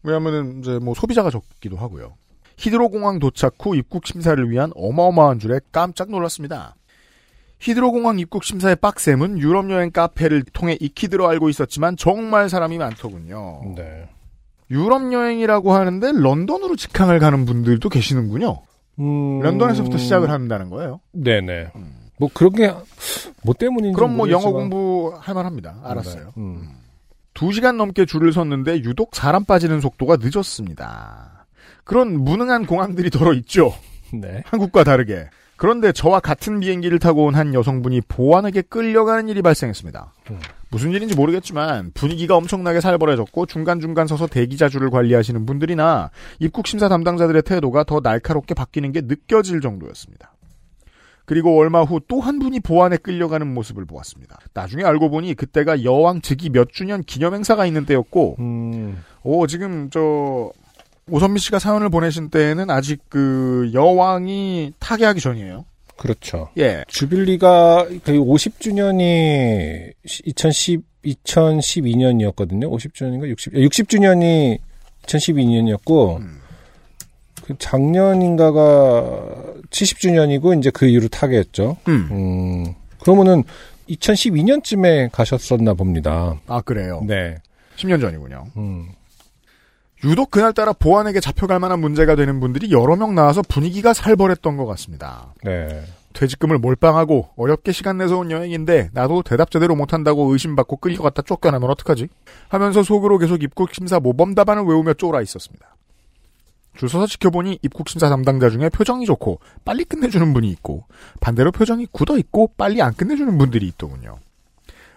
A: 왜냐면은 이제 뭐 소비자가 적기도 하고요. 히드로 공항 도착 후 입국 심사를 위한 어마어마한 줄에 깜짝 놀랐습니다. 히드로 공항 입국 심사의 빡셈은 유럽 여행 카페를 통해 익히 들어 알고 있었지만 정말 사람이 많더군요.
B: 네.
A: 유럽 여행이라고 하는데 런던으로 직항을 가는 분들도 계시는군요.
B: 음.
A: 런던에서부터 시작을 한다는 거예요.
B: 네네. 뭐 그런 게뭐 때문인지
A: 그럼 뭐 영어
B: 모르겠지만-
A: 공부 할 만합니다. 알았어요.
B: 네. 음.
A: 두시간 넘게 줄을 섰는데 유독 사람 빠지는 속도가 늦었습니다. 그런 무능한 공항들이 더러 있죠.
B: 네.
A: 한국과 다르게. 그런데 저와 같은 비행기를 타고 온 한 여성분이 보안에게 끌려가는 일이 발생했습니다.
B: 음.
A: 무슨 일인지 모르겠지만 분위기가 엄청나게 살벌해졌고 중간중간 서서 대기자주를 관리하시는 분들이나 입국심사 담당자들의 태도가 더 날카롭게 바뀌는 게 느껴질 정도였습니다. 그리고 얼마 후 또 한 분이 보안에 끌려가는 모습을 보았습니다. 나중에 알고 보니 그때가 여왕 즉위 몇 주년 기념 행사가 있는 때였고
B: 음.
A: 오, 지금 저 오선미 씨가 사연을 보내신 때에는 아직 그 여왕이 타계하기 전이에요.
B: 그렇죠.
A: 예.
B: 주빌리가 거의 50주년이 2010 2012년이었거든요. 50주년인가 60 60주년이 2012년이었고
A: 음.
B: 그 작년인가가 70주년이고 이제 그 이후로 타겟죠.
A: 음.
B: 음. 그러면은 2012년쯤에 가셨었나 봅니다.
A: 아, 그래요.
B: 네.
A: 10년 전이군요.
B: 음.
A: 유독 그날따라 보안에게 잡혀갈 만한 문제가 되는 분들이 여러 명 나와서 분위기가 살벌했던 것 같습니다.
B: 네.
A: 퇴직금을 몰빵하고 어렵게 시간 내서 온 여행인데 나도 대답 제대로 못한다고 의심받고 끌려갔다 쫓겨나면 어떡하지? 하면서 속으로 계속 입국 심사 모범 답안을 외우며 쫄아 있었습니다. 줄 서서 지켜보니 입국 심사 담당자 중에 표정이 좋고 빨리 끝내주는 분이 있고 반대로 표정이 굳어 있고 빨리 안 끝내주는 분들이 있더군요.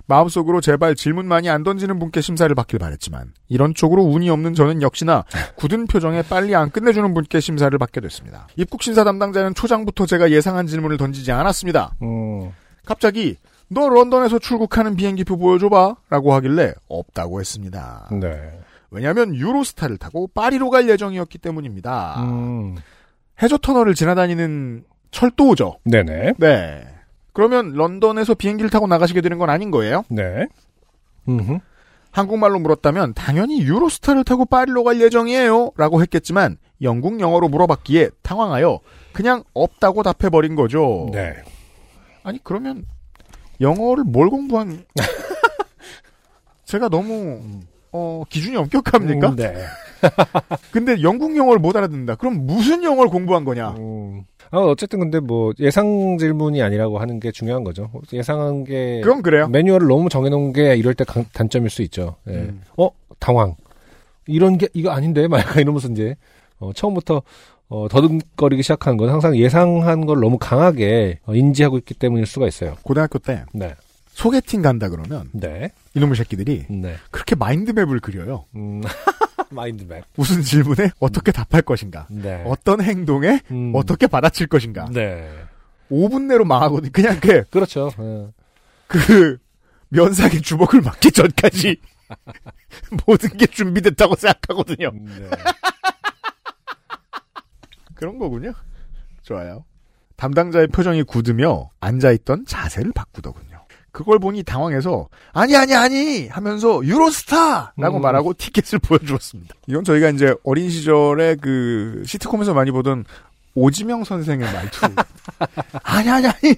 A: 마음속으로 제발 질문 많이 안 던지는 분께 심사를 받길 바랬지만 이런 쪽으로 운이 없는 저는 역시나 굳은 표정에 빨리 안 끝내주는 분께 심사를 받게 됐습니다. 입국 심사 담당자는 초장부터 제가 예상한 질문을 던지지 않았습니다.
B: 음.
A: 갑자기 너 런던에서 출국하는 비행기표 보여줘봐라고 하길래 없다고 했습니다.
B: 네.
A: 왜냐하면 유로스타를 타고 파리로 갈 예정이었기 때문입니다.
B: 음.
A: 해저 터널을 지나다니는 철도죠.
B: 네네.
A: 네. 그러면 런던에서 비행기를 타고 나가시게 되는 건 아닌 거예요?
B: 네. 음.
A: 한국말로 물었다면 당연히 유로스타를 타고 파리로 갈 예정이에요 라고 했겠지만 영국 영어로 물어봤기에 당황하여 그냥 없다고 답해버린 거죠.
B: 네.
A: 아니 그러면 영어를 뭘
B: [LAUGHS]
A: 공부한 제가 너무 어, 기준이 엄격합니까?
B: 음, 네.
A: 근데 영국 영어를 못 알아듣는다. 그럼 무슨 영어를 공부한 거냐?
B: 음. 아, 어쨌든 근데 뭐 예상 질문이 아니라고 하는 게 중요한 거죠. 예상한 게
A: 그건 그래요.
B: 매뉴얼을 너무 정해놓은 게 이럴 때 강- 단점일 수 있죠. 예.
A: 음.
B: 어 당황 이런 게 이거 아닌데 막 [LAUGHS] 약간 이러면서 이제 어, 처음부터 어, 더듬거리기 시작하는 건 항상 예상한 걸 너무 강하게 어, 인지하고 있기 때문일 수가 있어요.
A: 고등학교 때
B: 네,
A: 소개팅 간다 그러면
B: 네,
A: 이놈의 새끼들이
B: 네.
A: 그렇게 마인드맵을 그려요.
B: 음. [LAUGHS] 마인드맵.
A: 무슨 질문에 어떻게 답할 것인가?
B: 네.
A: 어떤 행동에
B: 음.
A: 어떻게 받아칠 것인가?
B: 네.
A: 5분 내로 망하거든. 그냥 그,
B: 그렇죠. 예.
A: 그, 면상의 주먹을 맞기 전까지 [LAUGHS] 모든 게 준비됐다고 생각하거든요.
B: 네.
A: 그런 거군요. 좋아요. 담당자의 표정이 굳으며 앉아있던 자세를 바꾸더군요. 그걸 보니 당황해서 아니 아니 아니 하면서 유로스타라고
B: 음.
A: 말하고 티켓을 [LAUGHS] 보여주었습니다. 이건 저희가 이제 어린 시절에 그 시트콤에서 많이 보던 오지명 선생의 말투.
B: [LAUGHS]
A: 아니 아니 아니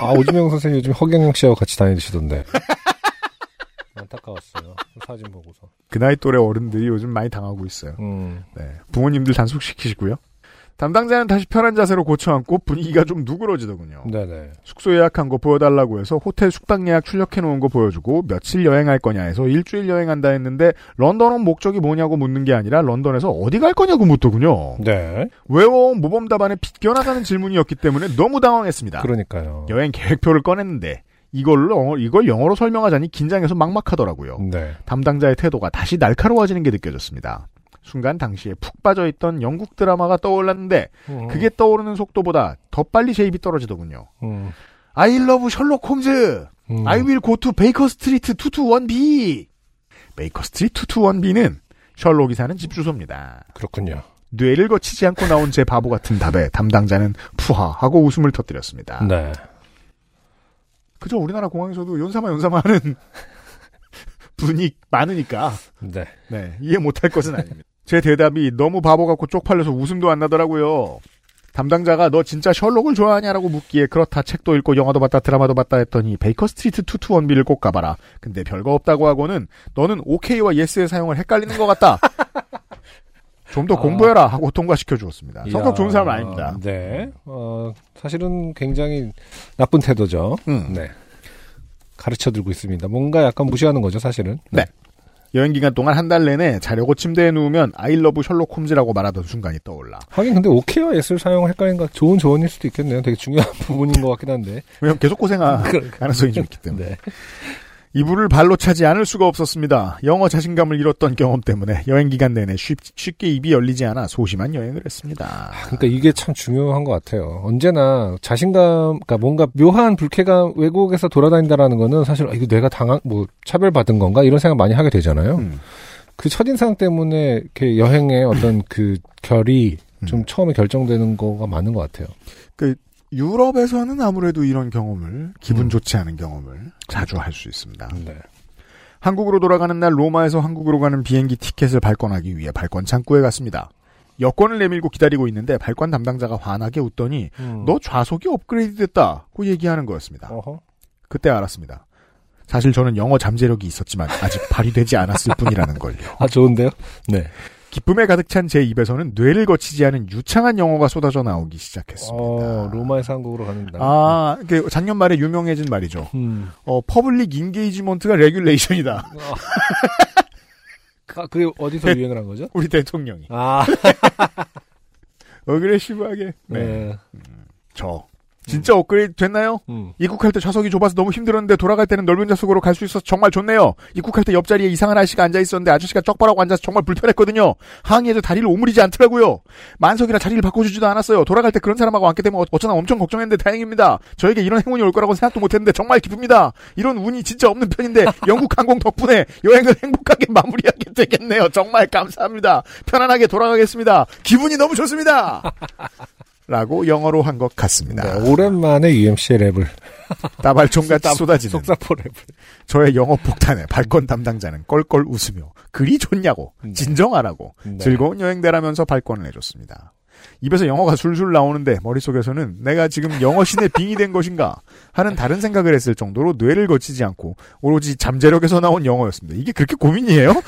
B: 아 오지명 선생님 요즘 허경영 씨하고 같이 다니시던데. [LAUGHS] 안타까웠어요. 사진 보고서.
A: 그 나이 또래 어른들이 요즘 많이 당하고 있어요.
B: 음.
A: 네. 부모님들 단속시키시고요. 담당자는 다시 편한 자세로 고쳐앉고 분위기가 좀
B: 어.
A: 누그러지더군요.
B: 네네.
A: 숙소 예약한 거 보여달라고 해서 호텔 숙박 예약 출력해놓은 거 보여주고 며칠 여행할 거냐 해서 일주일 여행한다 했는데 런던은 목적이 뭐냐고 묻는 게 아니라 런던에서 어디 갈 거냐고 묻더군요.
B: 네.
A: 외워온 모범 답안에 빗겨나가는 질문이었기 때문에 너무
B: 아.
A: 당황했습니다.
B: 그러니까요.
A: 여행 계획표를 꺼냈는데 이걸로 영어- 이걸 영어로 설명하자니 긴장해서 막막하더라고요.
B: 네.
A: 담당자의 태도가 다시 날카로워지는 게 느껴졌습니다. 순간 당시에 푹 빠져있던 영국 드라마가 떠올랐는데 그게 떠오르는 속도보다 더 빨리 제 입이 떨어지더군요.
B: 음.
A: I love 셜록 홈즈!
B: 음.
A: I will go to Baker Street 221B! Baker Street 221B는 셜록이 사는 집 주소입니다.
B: 그렇군요.
A: 뇌를 거치지 않고 나온 제 바보 같은 답에 담당자는 푸하하고 웃음을 터뜨렸습니다.
B: 네.
A: 그저 우리나라 공항에서도 연사마 연사마 하는 [LAUGHS] 분이 많으니까.
B: 네.
A: 네, 이해 못할 것은 아닙니다. [LAUGHS] 제 대답이 너무 바보 같고 쪽팔려서 웃음도 안 나더라고요. 담당자가 너 진짜 셜록을 좋아하냐라고 묻기에 그렇다 책도 읽고 영화도 봤다 드라마도 봤다 했더니 베이커 스트리트 221B를 꼭 가봐라. 근데 별거 없다고 하고는 너는 OK와 YES의 사용을 헷갈리는 것 [LAUGHS] 같다. 좀 더
B: 아.
A: 공부해라 하고 통과시켜 주었습니다. 성격
B: 이야,
A: 좋은 사람 아닙니다.
B: 네. 어, 사실은 굉장히 나쁜 태도죠.
A: 음.
B: 네. 가르쳐 들고 있습니다. 뭔가 약간 무시하는 거죠, 사실은.
A: 네. 여행 기간 동안 한 달 내내 자려고 침대에 누우면 아이 러브 셜록 홈즈라고 말하던 순간이 떠올라.
B: 하긴 근데 오케이와 예술 사용 헷갈린 건 좋은 조언일 수도 있겠네요. 되게 중요한 [LAUGHS] 부분인 것 같긴 한데.
A: 왜냐면 계속 [LAUGHS] 고생할
B: 그러니까.
A: 가능성이 좀 있기 때문에.
B: 네.
A: 이불을 발로 차지 않을 수가 없었습니다. 영어 자신감을 잃었던 경험 때문에 여행 기간 내내 쉽, 쉽게 입이 열리지 않아 소심한 여행을 했습니다.
B: 그러니까 이게 참 중요한 것 같아요. 언제나 자신감, 그러니까 뭔가 묘한 불쾌감 외국에서 돌아다닌다라는 거는 사실 아, 이거 내가 당한 뭐 차별받은 건가 이런 생각 많이 하게 되잖아요.
A: 음.
B: 그 첫인상 때문에 이렇게 여행의 어떤 그 결이
A: 음.
B: 좀 처음에 결정되는 거가 많은 것 같아요.
A: 유럽에서는 아무래도 이런 경험을 기분
B: 음.
A: 좋지 않은 경험을 자주 할 수 있습니다.
B: 네.
A: 한국으로 돌아가는 날 로마에서 한국으로 가는 비행기 티켓을 발권하기 위해 발권 창구에 갔습니다. 여권을 내밀고 기다리고 있는데 발권 담당자가 환하게 웃더니 너 좌석이 업그레이드 됐다고 얘기하는 거였습니다.
B: 어허.
A: 그때 알았습니다. [LAUGHS] 사실 저는 영어 잠재력이 있었지만 아직 발휘되지 않았을 뿐이라는 걸요.
B: 아 좋은데요? 네.
A: 기쁨에 가득 찬 제 입에서는 뇌를 거치지 않은 유창한 영어가 쏟아져 나오기 시작했습니다.
B: 어, 로마에서 한국으로 가는다.
A: 아, 그 작년 말에 유명해진 말이죠.
B: 음.
A: 어, 퍼블릭 인게이지먼트가 레귤레이션이다. [LAUGHS]
B: 아, 그게 어디서 유행을 한 거죠?
A: 우리 대통령이.
B: 아,
A: 어그레시브하게. 네.
B: 네.
A: 저. 진짜 업그레이드 됐나요?
B: 음.
A: 입국할 때 좌석이 좁아서 너무 힘들었는데 돌아갈 때는 넓은 좌석으로 갈 수 있어서 정말 좋네요. 입국할 때 옆자리에 이상한 아저씨가 앉아 있었는데 아저씨가 쩍바라고 앉아서 정말 불편했거든요. 항의해도 다리를 오므리지 않더라고요. 만석이라 자리를 바꿔주지도 않았어요. 돌아갈 때 그런 사람하고 앉게 되면 어- 어쩌나 엄청 걱정했는데 다행입니다. 저에게 이런 행운이 올 거라고 생각도 못했는데 정말 기쁩니다. 이런 운이 진짜 없는 편인데 영국 항공 덕분에 여행을 행복하게 마무리하게 되겠네요. 정말 감사합니다. 편안하게 돌아가겠습니다. 기분이 너무 좋습니다. 라고 영어로 한 것 같습니다.
B: 네, 오랜만에 UMC 랩을.
A: 네. 따발총같이
B: 속사-
A: 쏟아지는
B: 속사포 랩을.
A: 저의 영어 폭탄에 발권 담당자는 껄껄 웃으며 그리 좋냐고
B: 네.
A: 진정하라고
B: 네.
A: 즐거운 여행대라면서 발권을 해줬습니다. 입에서 영어가 술술 나오는데 머릿속에서는 내가 지금 영어 신에 빙의된 것인가 하는 다른 생각을 했을 정도로 뇌를 거치지 않고 오로지 잠재력에서 나온 영어였습니다. 이게 그렇게 고민이에요?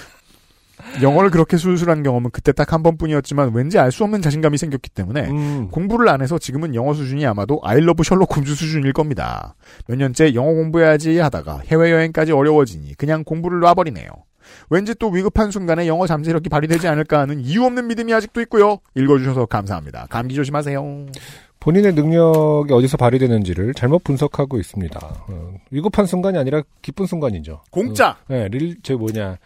A: 영어를 그렇게 술술한 경험은 그때 딱 한 번뿐이었지만 왠지 알 수 없는 자신감이 생겼기 때문에
B: 음.
A: 공부를 안 해서 지금은 영어 수준이 아마도 아이러브 셜록 홈즈 수준일 겁니다. 몇 년째 영어 공부해야지 하다가 해외여행까지 어려워지니 그냥 공부를 놔버리네요. 왠지 또 위급한 순간에 영어 잠재력이 발휘되지 않을까 하는 이유 없는 믿음이 아직도 있고요. 읽어주셔서 감사합니다. 감기 조심하세요.
B: 본인의 능력이 어디서 발휘되는지를 잘못 분석하고 있습니다. 어, 위급한 순간이 아니라 기쁜 순간이죠.
A: 공짜!
B: 어, 네, 릴, 제 뭐냐,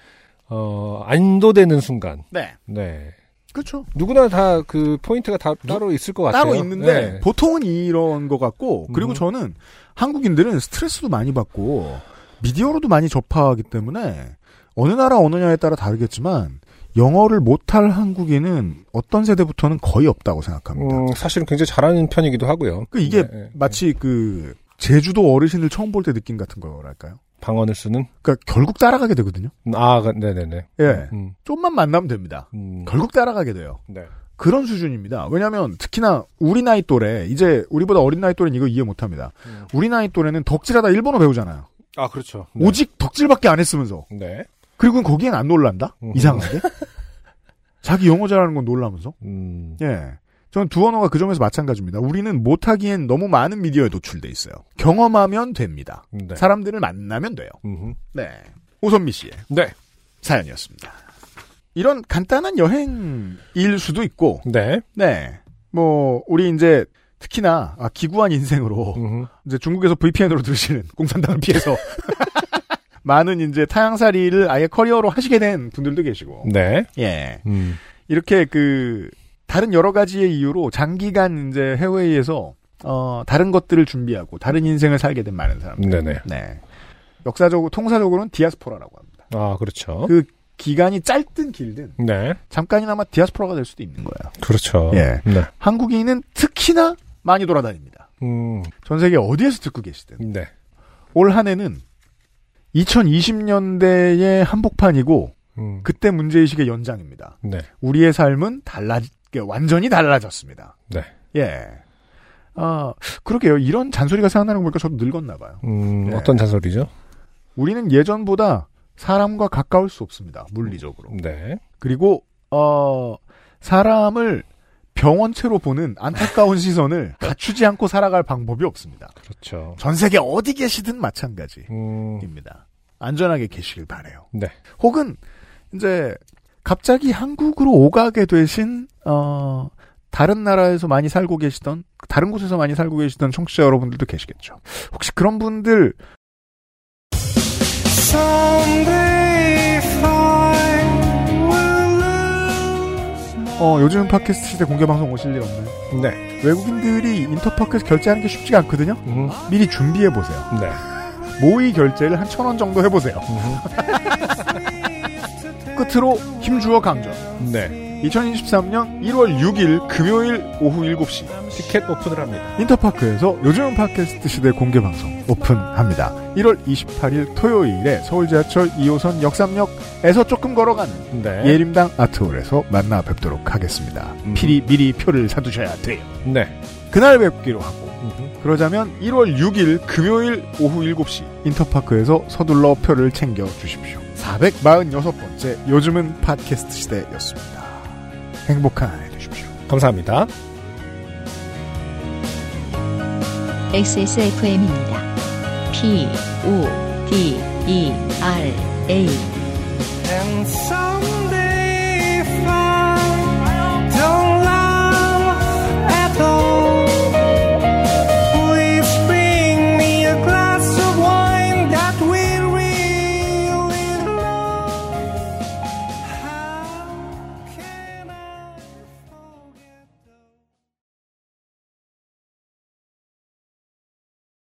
B: 어, 안도되는 순간.
A: 네.
B: 네.
A: 그렇죠.
B: 누구나 다 그 포인트가 다 따로 있을 것 같아요.
A: 따로 있는데
B: 네.
A: 보통은 이런 것 같고 그리고
B: 음.
A: 저는 한국인들은 스트레스도 많이 받고 미디어로도 많이 접하기 때문에 어느 나라 어느냐에 따라 다르겠지만 영어를 못할 한국인은 어떤 세대부터는 거의 없다고 생각합니다.
B: 음, 사실은 굉장히 잘하는 편이기도 하고요.
A: 그 이게
B: 네, 네.
A: 마치 그 제주도 어르신을 처음 볼 때 느낌 같은 거랄까요?
B: 방언을 쓰는?
A: 그러니까 결국 따라가게 되거든요.
B: 아, 그- 네네네.
A: 예,
B: 음,
A: 좀만 만나면 됩니다.
B: 음,
A: 결국 따라가게 돼요.
B: 네.
A: 그런 수준입니다. 왜냐하면 특히나 우리 나이 또래 이제 우리보다 어린 나이 또래는 이거 이해 못합니다.
B: 음.
A: 우리 나이 또래는 덕질하다 일본어 배우잖아요.
B: 아, 그렇죠.
A: 오직 덕질밖에 안 했으면서
B: 네.
A: 그리고 거기엔 안 놀란다.
B: 음.
A: 이상하게 자기 영어 잘하는 건 놀라면서
B: 음,
A: 예. 저는 두 언어가 그 점에서 마찬가지입니다. 우리는 못하기엔 너무 많은 미디어에 노출돼 있어요. 경험하면 됩니다.
B: 네.
A: 사람들을 만나면 돼요.
B: 음흠.
A: 네. 오선미 씨의
B: 네.
A: 사연이었습니다. 이런 간단한 여행일 수도 있고
B: 네.
A: 네. 뭐, 우리 이제, 특히나, 아, 기구한 인생으로,
B: 음흠.
A: 이제 중국에서 VPN으로 들으시는 [LAUGHS] 공산당을 피해서, 많은 이제 타양살이를 아예 커리어로 하시게 된 분들도 계시고,
B: 네.
A: 예.
B: 음.
A: 이렇게 그, 다른 여러 가지의 이유로 장기간 이제 해외에서, 어, 다른 것들을 준비하고, 다른 인생을 살게 된 많은 사람들.
B: 네네.
A: 네. 역사적으로, 통사적으로는 디아스포라라고 합니다.
B: 아, 그렇죠.
A: 그 기간이 짧든 길든,
B: 네.
A: 잠깐이나마 디아스포라가 될 수도 있는 거예요.
B: 그렇죠.
A: 예.
B: 네.
A: 한국인은 특히나 많이 돌아다닙니다.
B: 음,
A: 전 세계 어디에서 듣고 계시든.
B: 네.
A: 올 한 해는 2020년대의 한복판이고,
B: 음,
A: 그때 문제의식의 연장입니다.
B: 네.
A: 우리의 삶은 달라, 완전히 달라졌습니다.
B: 네.
A: 예. 아, 그러게요. 이런 잔소리가 생각나는 거 보니까 저도 늙었나봐요.
B: 음,
A: 네.
B: 어떤 잔소리죠?
A: 우리는 예전보다 사람과 가까울 수 없습니다. 물리적으로.
B: 네.
A: 그리고, 어, 사람을 병원체로 보는 안타까운 시선을 갖추지 않고 살아갈 방법이 없습니다.
B: 그렇죠.
A: 전 세계 어디 계시든 마찬가지입니다.
B: 음,
A: 안전하게 계시길 바래요.
B: 네.
A: 혹은 이제 갑자기 한국으로 오가게 되신 어, 다른 나라에서 많이 살고 계시던 다른 곳에서 많이 살고 계시던 청취자 여러분들도 계시겠죠. 혹시 그런 분들 어, 요즘 팟캐스트 시대 공개 방송 오실 일 없나요?
B: 네.
A: 외국인들이 인터파크에서 결제하는 게 쉽지가 않거든요.
B: 음,
A: 미리 준비해 보세요.
B: 네.
A: 모의 결제를 한 천 원 정도
B: [LAUGHS]
A: 해보세요. 끝으로 힘주어 강좌.
B: 네.
A: 2023년 1월 6일 금요일 오후 7시
B: 티켓 오픈을 합니다.
A: 인터파크에서 요즘은 팟캐스트 시대 공개 방송 오픈합니다. 1월 28일 토요일에 서울 지하철 2호선 역삼역에서 조금 걸어가는
B: 네.
A: 예림당 아트홀에서 만나 뵙도록 하겠습니다.
B: 음.
A: 필히 미리 표를 사두셔야 돼요.
B: 네.
A: 그날 뵙기로 하고
B: 음흠.
A: 그러자면 1월 6일 금요일 오후 7시 인터파크에서 서둘러 표를 챙겨 주십시오. 446번째 요즘은 팟캐스트 시대였습니다. 행복한 한 해 되십시오.
B: 감사합니다.
C: XSFM입니다. P, O, D, E, R, A.
G: And someone